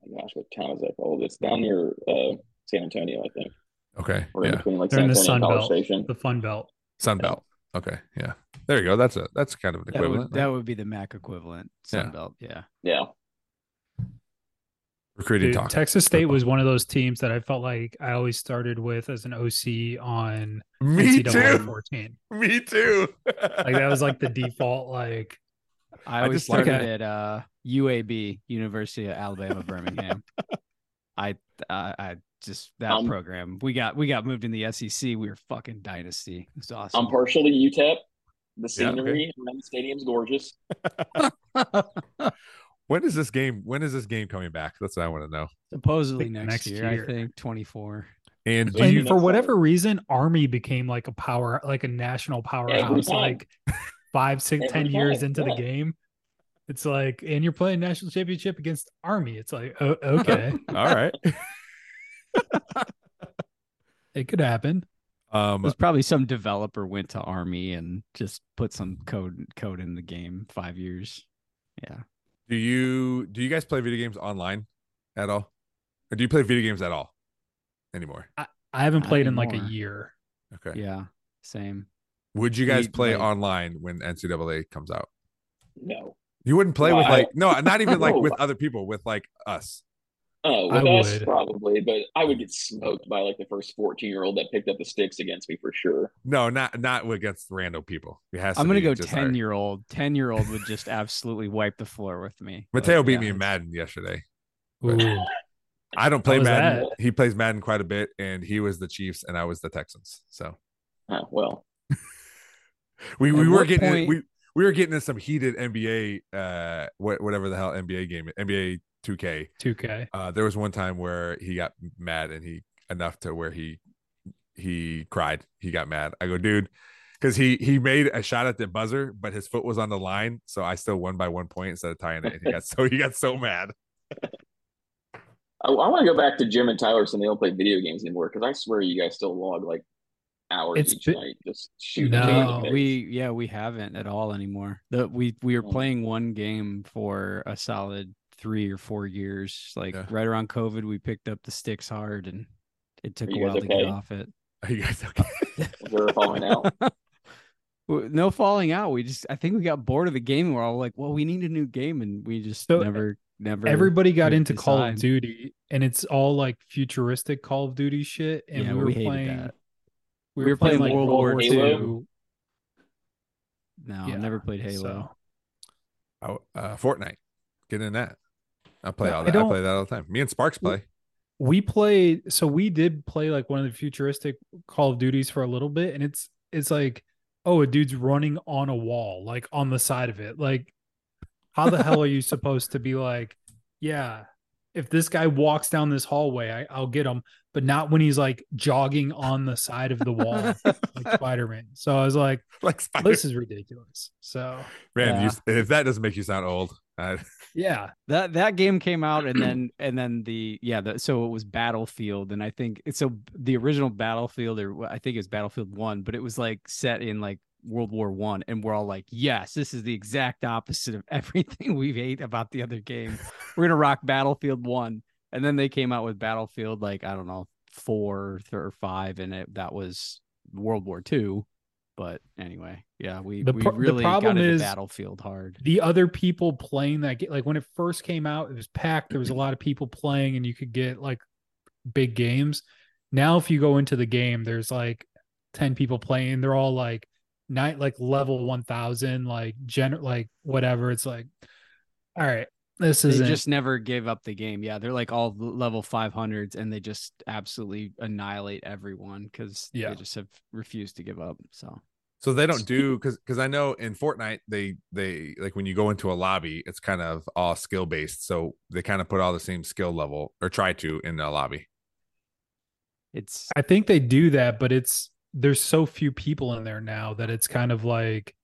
S4: my gosh, what town is that called? It's down near uh, San Antonio, I think,
S2: Okay.
S4: or in
S2: Yeah.
S4: between like
S5: They're
S4: San
S5: in the
S4: Antonio and
S5: Sun
S4: College
S5: Belt.
S4: Station.
S5: The Fun Belt.
S2: Sun Belt. Okay. Yeah. There you go. That's a that's kind of an
S3: that
S2: equivalent.
S3: would, that would be the Mac equivalent.
S2: Yeah.
S3: Sunbelt, yeah.
S4: Yeah,
S2: Recruiting
S5: Dude,
S2: talk.
S5: Texas State
S2: Football.
S5: was one of those teams that I felt like I always started with as an OC on
S2: Me
S5: NCAA
S2: too.
S5: 14.
S2: Me too.
S5: Like that was like the default. Like
S3: I
S2: I
S3: always
S2: just like
S3: started
S5: it.
S3: at uh, UAB, University of Alabama Birmingham. I, I I just that
S4: Um,
S3: program. We got we got moved in the SEC. We were fucking dynasty. It's awesome.
S4: I'm partially UTEP. The
S2: Yeah, okay.
S4: scenery around the stadium's gorgeous.
S2: when is this game? When is this game coming back? That's what I want to know.
S3: Supposedly
S5: Like,
S3: next,
S5: next
S3: year,
S5: year.
S3: I think 24.
S2: And do
S4: Like,
S5: and
S2: you
S5: for
S4: That's
S5: whatever
S4: all.
S5: reason, Army became like a power, like a national powerhouse.
S4: time.
S5: Like five, six,
S4: Every
S5: ten years
S4: time,
S5: into
S4: yeah.
S5: the game, it's like, and you're playing national championship against Army. It's like, oh, okay,
S2: all right?
S5: it could happen.
S3: It
S2: Um,
S3: was probably some developer went to Army and just put some code code in the game. Five years. Yeah.
S2: do you do you guys play video games online at all, or do you play video games at all anymore?
S5: I haven't
S3: Not
S5: played in like a
S3: anymore.
S5: year.
S2: Okay.
S3: Yeah. Same.
S2: Would you guys
S3: We
S2: play
S3: play-
S2: online when NCAA comes out?
S4: No,
S2: You wouldn't play
S4: No,
S2: with
S4: I-
S2: like no, not even like
S4: No.
S2: with other people, with like us.
S4: oh,
S5: I
S4: with us
S5: would.
S4: probably, but I would get smoked by like the first 14 year old that picked up the sticks against me for sure.
S2: No, not not against random people. It has to
S3: I'm gonna
S2: be
S3: go
S2: just
S3: ten
S2: our-
S3: year old. Ten year old would just absolutely wipe the floor with me. Like,
S2: Mateo beat
S3: yeah,
S2: me in
S3: it's-
S2: Madden yesterday.
S5: Ooh,
S2: I don't play
S5: was
S2: Madden.
S4: that?
S2: He plays Madden quite a bit, and he was the Chiefs, and I was the Texans. So
S4: Oh, well,
S2: we,
S3: At
S2: we were
S3: what
S2: getting
S3: point-
S2: we we were getting in some heated NBA uh wha- whatever the hell NBA game NBA 2K.
S5: 2K.
S2: Uh, there was one time where he got mad and he enough to where he he cried. He got mad. I go, dude, because he he made a shot at the buzzer, but his foot was on the line, so I still won by one point instead of tying it. And he got so he got so mad.
S4: I, I want to go back to Jim and Tyler so they don't play video games anymore because I swear you guys still log like hours
S5: It's
S4: each
S5: bi-
S4: night just shooting.
S5: No.
S4: games at
S3: We-
S4: it.
S3: we yeah we haven't at all anymore. The, we we were
S4: Mm.
S3: playing one game for a solid three or four years. Like
S2: Yeah.
S3: right around COVID, we picked up the sticks hard, and it took
S4: Are
S3: a
S4: you guys
S3: while to get
S4: okay?
S3: off it.
S2: Are you guys okay?
S4: They're falling out.
S3: W- No falling out. We just I think we got bored of the game. and We're all like, well, we need a new game, and we just
S5: So,
S3: never never
S5: Everybody got
S3: could
S5: into Call of
S3: decide.
S5: Duty, and it's all like futuristic Call of Duty shit. And
S3: Yeah,
S5: we were
S3: we hated
S5: playing.
S3: that. We
S5: We were
S3: were playing
S5: playing like
S3: World War
S4: Halo?
S5: Two.
S3: No,
S5: Yeah,
S3: I never played Halo.
S5: so-
S2: I, uh, Fortnite. Get in that. I play
S5: No,
S2: all
S5: I
S2: that. I,
S5: don't-
S2: play that all the time. Me and Sparks
S5: Well,
S2: play.
S5: we played so we did play like one of the futuristic call of duties for a little bit and it's it's like oh a dude's running on a wall like on the side of it like how the hell are you supposed to be like yeah if this guy walks down this hallway I, i'll get him but not when he's like jogging on the side of the wall like spider-man so i was like
S2: Like Spider
S5: this is ridiculous so
S2: Man, you
S3: Yeah.
S2: s if that doesn't make you sound old, I,
S5: yeah
S3: That that game came out and then and then the yeah the, so it was Battlefield and I think it's so the original Battlefield or wha- I think it was Battlefield 1 but it was like set in like World War 1 and we're all like yes this is the exact opposite of everything we hate about the other game. We're going to rock Battlefield 1 and then they came out with Battlefield like I don't know 4 or 5 and it that was World War 2 But anyway, yeah, we,
S5: The
S3: we
S5: pro- the
S3: really got
S5: problem
S3: into
S5: is-
S3: battlefield hard.
S5: the other people playing that game like when it first came out it was packed there was a lot of people playing and you could get like big games now if you go into the game there's like 10 people playing they're all like night like level 1000 like gen like whatever it's like all right this
S3: They
S5: is
S3: just never give up the game. Yeah, they're like all level 500s and they just absolutely annihilate everyone because
S5: Yeah.
S3: they just have refused to give up. So
S2: So they don't do because because I know in Fortnite they they like when you go into a lobby it's kind of all skill based so they kind of put all the same skill level or try to in the lobby.
S3: it's
S5: I think they do that, but it's there's so few people in there now that it's kind of like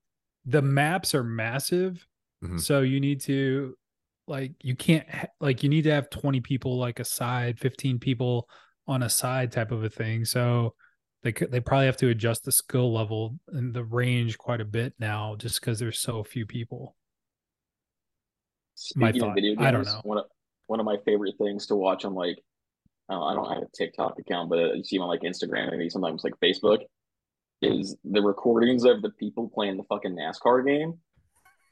S5: the maps are massive.
S2: Mhm.
S5: So you need to like you can't ha- like you need to have 20 people like a side, 15 people on a side type of a thing. So they could they probably have to adjust the skill level and the range quite a bit now just cuz there's so few people. My
S4: Speaking of
S5: thought.
S4: video games,
S5: I don't know.
S4: One of, one of my favorite things to watch on like, uh, I don't have a TikTok account, but uh, you see them on like Instagram, maybe sometimes like Facebook, is the recordings of the people playing the fucking NASCAR game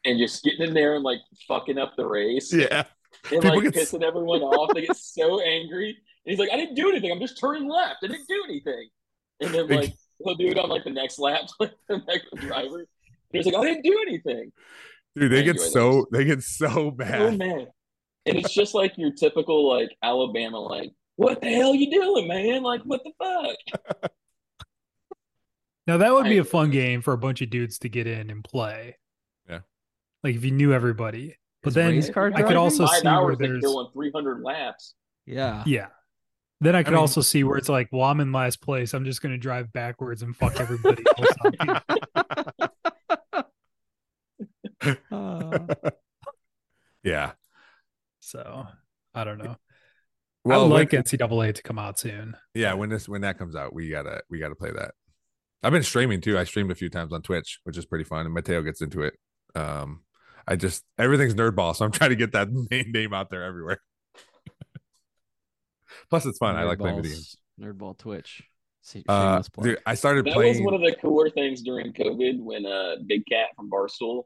S4: and just getting in there and like fucking up the race
S2: Yeah.
S4: and
S2: people
S4: like
S2: get s-
S4: pissing everyone off. They get so angry. And he's like, I didn't do anything. I'm just turning left. I didn't do anything. And then
S2: They-
S4: like he'll do it on like the next lap, like the next driver. And he's like, I didn't do anything.
S2: Dude, they
S4: I
S2: get
S4: enjoy
S2: so they get so
S4: Oh
S2: bad.
S4: man. And it's just like your typical like Alabama like, what the hell you doing, man? Like what the fuck?
S5: Now that would be
S4: I-
S5: a fun game for a bunch of dudes to get in and play.
S2: Yeah.
S5: Like if you knew everybody. But
S3: Is
S5: then
S3: race car
S5: I could
S3: driving?
S5: also
S4: five
S5: see where
S4: hours they
S5: there's-
S4: go on three hundred laps.
S3: yeah.
S5: Yeah. Then I could
S2: mean-
S5: also see where it's like, well, I'm in last place. I'm just going to drive backwards and fuck everybody else up.
S3: Uh,
S2: Yeah.
S5: So I don't know.
S2: Well,
S5: I'd
S2: when-
S5: like NCAA to come out soon.
S2: yeah, when this when that comes out, we gotta we gotta play that. I've been streaming too. I streamed a few times on Twitch, which is pretty fun. And Mateo gets into it. Um, I just everything's nerdball, so I'm trying to get that name name out there everywhere. Plus, it's fun. I like playing video games.
S3: Nerdballs- Nerdball Twitch. Se-
S2: Uh,
S3: shameless plug.
S2: dude, I started
S4: That was
S2: playing.
S4: one of the cooler things during COVID when uh Big Cat from Barstool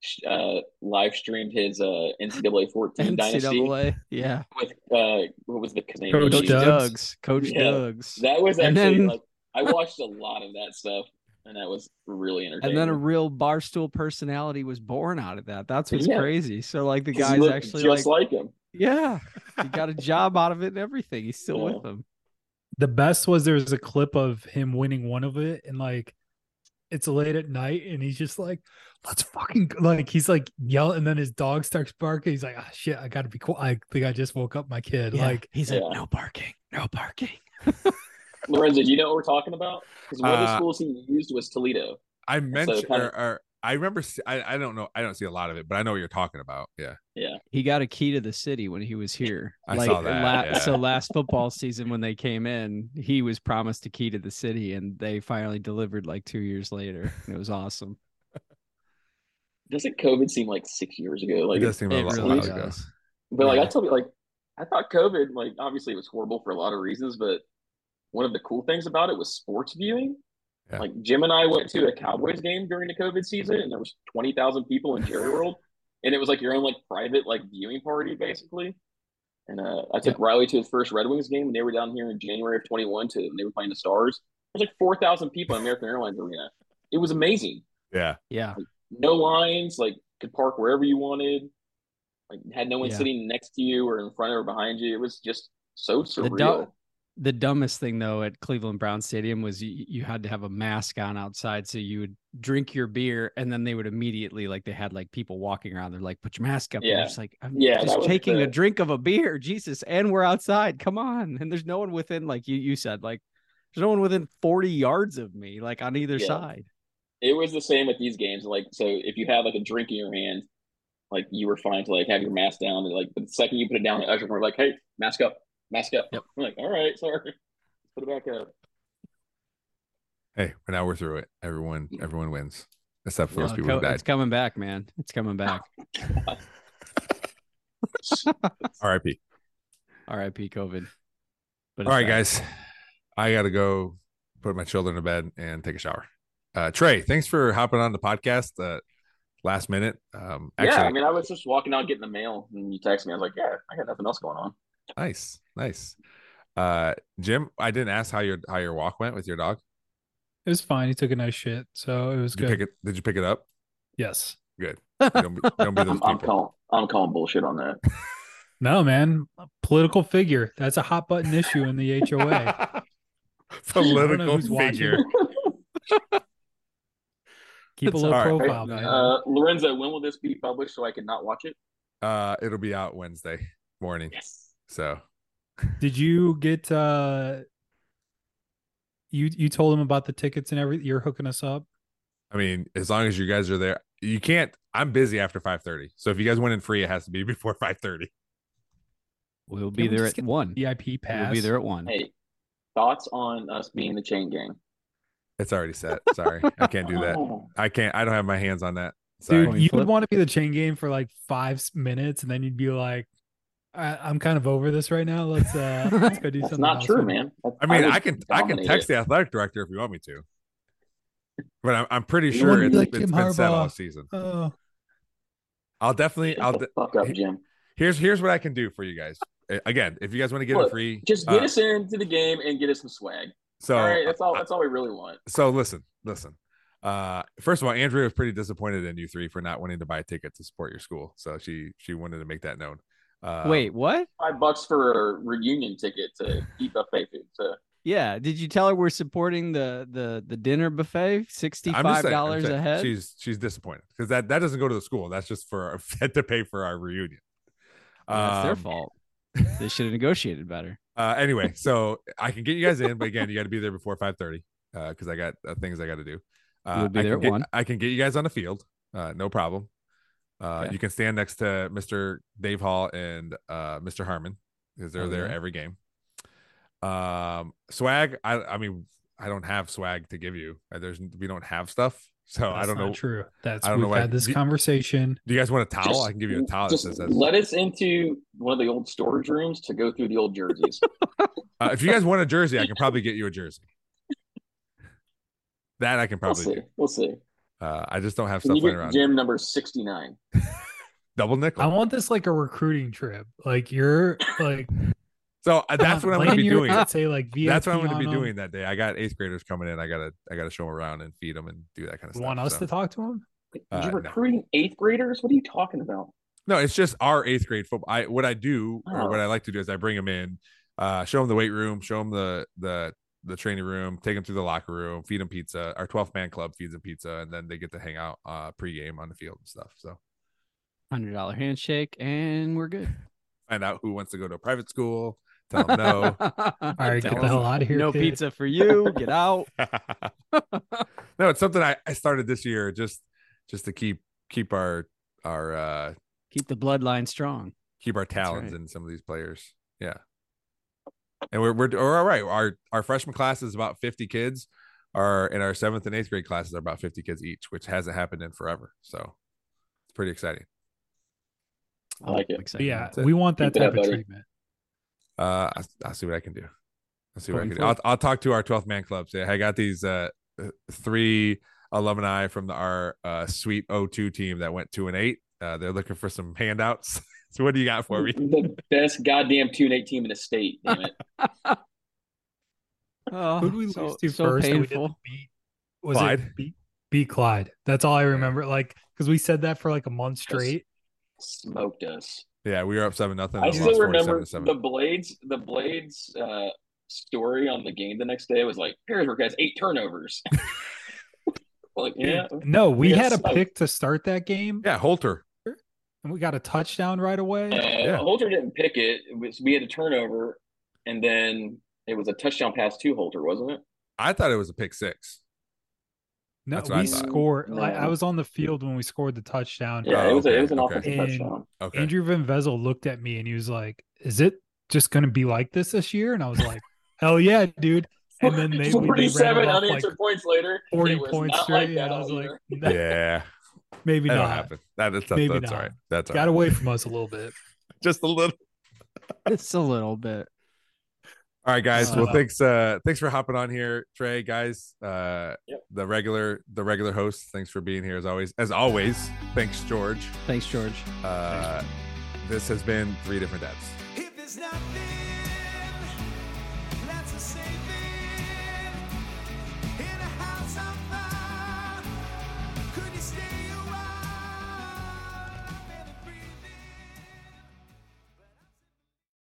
S4: sh- uh live streamed his uh NCAA fourteen dynasty
S3: NCAA. Yeah.
S4: with uh what was the name?
S5: Coach
S3: Coach
S5: Doug.
S4: Doug.
S5: Dubs.
S3: Doug's. Coach
S4: Yeah.
S3: Doug's.
S4: That was
S3: And
S4: actually
S3: then-
S4: like I watched a lot of that stuff and that was really entertaining.
S3: and then a real barstool personality was born out of that. That's what's
S4: Yeah.
S3: crazy. So like the
S4: He
S3: guy's
S4: looked
S3: actually like,
S4: just like, him.
S3: yeah, he got a job out of it and everything. He's still with
S4: Yeah.
S3: them.
S5: The best was there's a clip of him winning one of it and like it's late at night and he's just like, let's fucking go," like he's like yell and then his dog starts barking. He's like, ah shit, I gotta be cool. I think I just woke up my kid. Like
S3: he's
S4: Yeah.
S3: like no barking, no barking.
S4: Lorenzo, do you know what we're talking about? Because one of the
S2: Uh,
S4: schools he used was Toledo.
S2: I mentioned,
S4: kinda-
S2: or, or I remember. se- I, I don't know. I don't see a lot of it, but I know what you're talking about. Yeah.
S3: He got a key to the city when he was here.
S2: I saw that, yeah.
S3: So last football season when they came in, he was promised a key to the city, and they finally delivered like two years later. And it was awesome.
S4: Doesn't COVID seem like six years ago?
S2: It
S4: Like,
S2: does seem a
S3: It
S2: lot,
S3: really
S2: while ago.
S3: does.
S4: but like I
S3: yeah.
S4: told you, like I thought COVID, like obviously it was horrible for a lot of reasons, but one of the cool things about it was sports viewing.
S2: Yeah.
S4: Like Jim and I went to a Cowboys game during the COVID season, and there was twenty thousand people in Jerry World, and it was like your own like private like viewing party basically. And uh, I took Riley to his first Red Wings game, and they were down here in January of twenty one to and they were playing the Stars. There was like four thousand people in American Airlines Arena. It was amazing.
S2: Yeah.
S3: Yeah.
S4: no lines, like could park wherever you wanted, like had no one
S3: Yeah.
S4: sitting next to you or in front or behind you. It was just so
S3: The,
S4: surreal.
S3: du- the dumbest thing though at Cleveland Brown Stadium was you, you had to have a mask on outside, so you would drink your beer, and then they would immediately like they had like people walking around. They're like, "Put your mask up." And
S4: Yeah.
S3: it's like I'm
S4: Yeah, that
S3: just
S4: was
S3: taking a
S4: the-
S3: drink of a beer, Jesus, and we're outside. Come on, and there's no one within like you you said like there's no one within 40 yards of me, like on either
S4: Yeah.
S3: side.
S4: It was the same at these games. Like so, if you had like a drink in your hand, like you were fine to like have your mask down. And, like but the second you put it down, the usher were like, "Hey, mask up, mask up."
S3: Yep.
S4: I'm like, "All right, sorry, put it back up."
S2: Hey, but now we're through it. Everyone, everyone wins, except for those
S3: No,
S2: people who
S3: Oh, co-
S2: died.
S3: it's coming back, man. It's coming back.
S2: R.I.P.
S3: R.I.P. COVID. But
S2: All right,
S3: guys.
S2: guys, I gotta go put my children to bed and take a shower. Uh, Trey, thanks for hopping on the podcast uh, last minute. Um, actually,
S4: yeah, I mean, I was just walking out getting the mail, and you text me. I was like, "Yeah, I got nothing else going on."
S2: nice, nice. Uh, Jim, I didn't ask how your how your walk went with your dog.
S5: It was fine. He took a nice shit, so it was
S2: Did you
S5: good.
S2: pick it? Did you pick it up?
S5: yes.
S2: You Don't be, don't be those
S4: I'm,
S2: people.
S4: I'm calling. I'm calling bullshit on that.
S5: No, man. Political figure. That's a hot button issue in the HOA.
S2: Political
S5: who's watching.
S2: figure.
S5: Keep a
S3: It's
S5: low
S2: all right.
S5: profile,
S2: Hey,
S5: man.
S4: Uh, Lorenzo, when will this be published so I can not watch it?
S2: Uh, it'll be out Wednesday morning.
S4: Yes.
S2: So
S5: Did you get uh you you told him about the tickets and everything you're hooking us up?
S2: I mean, as long as you guys are there, you can't. I'm busy after 5:30. So if you guys went in free, it has to be before 5:30.
S3: We'll be
S5: we
S3: there
S5: just
S3: at
S5: get
S3: one.
S5: VIP pass.
S3: We'll be there at one.
S4: Hey, thoughts on us being the chain gang?
S2: It's already set. Sorry, I can't do that.
S4: Oh,
S2: I can't. I don't have my hands on that. Sorry.
S5: Dude,
S3: Coin
S5: you would
S3: flip.
S5: want to be the chain game for like five s- minutes, and then you'd be like, I, "I'm kind of over this right now. Let's uh, let's go do
S4: that's
S5: something."
S4: not
S5: else."
S4: true, man.
S2: I mean,
S4: would
S2: I, can I can
S4: dominate
S2: text
S4: it.
S2: the athletic director if you want me to, but I'm I'm pretty
S4: You
S2: sure
S4: wanna
S2: it's,
S4: be
S5: like
S2: it's
S5: Jim
S2: been set
S5: Harbaugh.
S2: all season.
S5: Oh,
S2: I'll definitely.
S4: Shut
S2: I'll
S4: the
S2: de-
S4: fuck up, Jim.
S2: here's here's what I can do for you guys. Uh, Again, if you guys want to get it
S4: Look,
S2: free,
S4: Just get
S2: uh,
S4: us into the game and get us some swag.
S2: So
S4: all right, that's all.
S2: uh,
S4: That's all we really want.
S2: so listen, listen. Uh, first of all, Andrea was pretty disappointed in you three for not wanting to buy a ticket to support your school. So she she wanted to make that known. Uh,
S3: Wait, what?
S4: Five bucks for a reunion ticket to eat buffet food. So
S3: Yeah. Did you tell her we're supporting the the the dinner buffet? Sixty
S2: I'm just
S3: five
S2: saying- I'm
S3: dollars
S2: saying
S3: a head.
S2: She's she's disappointed because that that doesn't go to the school. That's just for our, to pay for our reunion.
S3: Oh, That's their
S2: Um,
S3: fault. They should have negotiated better.
S2: Uh, anyway, so I can get you guys in, but again, you got to be there before five thirty because I got uh, things I got to do. Uh,
S3: would be
S2: I
S3: there
S2: can
S3: at
S2: get,
S3: one.
S2: I can get you guys on the field, uh, no problem. Uh,
S3: Okay.
S2: You can stand next to Mr. Dave Hall and uh, Mr. Harmon because they're
S3: Oh,
S2: there
S3: yeah.
S2: every game. Um, swag. I I mean, I don't have swag to give you. Uh, There's we don't have stuff, so Oh, I
S5: that's
S2: don't
S5: not
S2: know.
S5: True. That's
S2: I don't know
S5: we've
S2: why-
S5: had this
S2: Do-
S5: conversation.
S2: Do you guys want a towel?
S4: Just-
S2: I can give you a towel. That
S4: Just
S2: says that.
S4: let us into one of the old storage rooms to go through the old jerseys.
S2: Uh, if you guys want a jersey, I can probably get you a jersey. That I can
S4: we'll
S2: probably
S4: see.
S2: do.
S4: We'll see.
S2: Uh, I just don't have
S4: Can
S2: stuff
S4: you
S2: laying
S4: get
S2: around.
S4: Jim number sixty nine?
S2: Double nickel.
S5: I want this like a recruiting trip. Like you're like
S2: so uh, that's
S5: on
S2: what I'm going to be
S5: lanyard,
S2: doing.
S5: Say like VIP
S2: That's what I'm going to be
S5: on 'em.
S2: doing that day. I got eighth graders coming in. I gotta I gotta show them around and feed them and do that kind of
S5: You
S2: stuff.
S5: want us
S2: so.
S5: to talk to him?
S2: Uh,
S4: You're
S2: no.
S4: recruiting eighth graders? What are you talking about?
S2: No, it's just our eighth grade football. I what I do or
S4: Oh.
S2: what I like to do is I bring them in, uh, show them the weight room, show them the the the training room, take them through the locker room, feed them pizza. Our 12th man club feeds them pizza, and then they get to hang out uh, pregame on the field and stuff. So
S3: Hundred dollar handshake, and we're good.
S2: find out who wants to go to a private school. Tell them Oh, no.
S5: All right,
S3: Tell
S5: get the
S3: him,
S5: hell out of here.
S3: No
S5: kid.
S3: pizza for you. Get out.
S2: no, it's something I, I started this year just just to keep keep our our uh
S3: Keep the bloodline strong.
S2: keep our talents
S3: right.
S2: in some of these players. Yeah. And we're we're we're all right. Our our freshman class is about 50 kids. Our and our seventh and eighth grade classes are about 50 kids each, which hasn't happened in forever. So it's pretty exciting.
S4: I like it.
S5: But yeah,
S2: That's it.
S5: we want that
S4: Keep it
S5: type
S4: up,
S5: of
S4: buddy.
S5: treatment.
S2: Uh, I'll, I'll see what I can do. I'll see what I
S3: Coin
S2: can do. I'll, I'll talk to our 12th man club. Say, hey, I got these uh, uh, three alumni from the, our uh, Sweet 02 team that went two and eight. Uh, they're looking for some handouts. so, what do you got for me?
S4: The best goddamn two and eight team in the state. Damn it!
S3: Oh,
S5: Who'd we
S3: so,
S5: lose to
S3: so
S5: first? that we didn't
S3: painful.
S5: beat? Was
S2: Clyde.
S5: it beat, beat Clyde? That's all I remember. Like because we said that for like a month straight.
S4: Smoked us.
S2: Yeah, we were up seven nothing.
S4: I still remember the blades. The blades uh, story on the game the next day was like Perrysburg has eight turnovers. like yeah,
S5: No, we
S4: Yeah,
S5: had a
S4: so-
S5: pick to start that game,
S2: Yeah, Holter.
S5: and we got a touchdown right away.
S4: uh, Holter didn't pick it. it was, we had a turnover, and then it was a touchdown pass to Holter, wasn't it?
S2: I thought it was a pick six.
S5: No,
S2: That's what I
S5: we
S2: thought.
S5: scored. Like I
S4: No.
S5: was on the field when we scored the touchdown.
S4: Yeah,
S2: Oh,
S4: it was. A,
S2: okay,
S4: it was an
S2: okay.
S4: offensive
S5: And-
S4: touchdown.
S2: Okay.
S5: Andrew Van Vesel looked at me and he was like, "Is it just going to be like this this year?" And I was like, "Hell yeah, dude!" And then they, they ran
S4: 47
S5: it off like
S4: unanswered points later.
S5: forty
S4: It was
S5: points
S4: not like
S5: straight. yeah,
S4: that
S5: I was
S4: all
S5: like,
S4: year.
S5: "Nah,
S2: yeah,
S5: "Maybe
S2: that don't
S5: not."
S2: happen. That is that's,
S5: Maybe
S2: that's all
S5: not.
S2: right. That's all
S5: Got
S2: right.
S5: away from us a little bit.
S2: Just a little.
S3: Just a little bit.
S2: All right, guys. Well,
S5: Uh,
S2: thanks. Uh, thanks for hopping on here, Trey. Guys, uh,
S4: Yep.
S2: the regular, the regular host. Thanks for being here as always. As always, thanks, George.
S3: Thanks, George.
S2: Uh, this has been three different dads.
S1: If there's nothing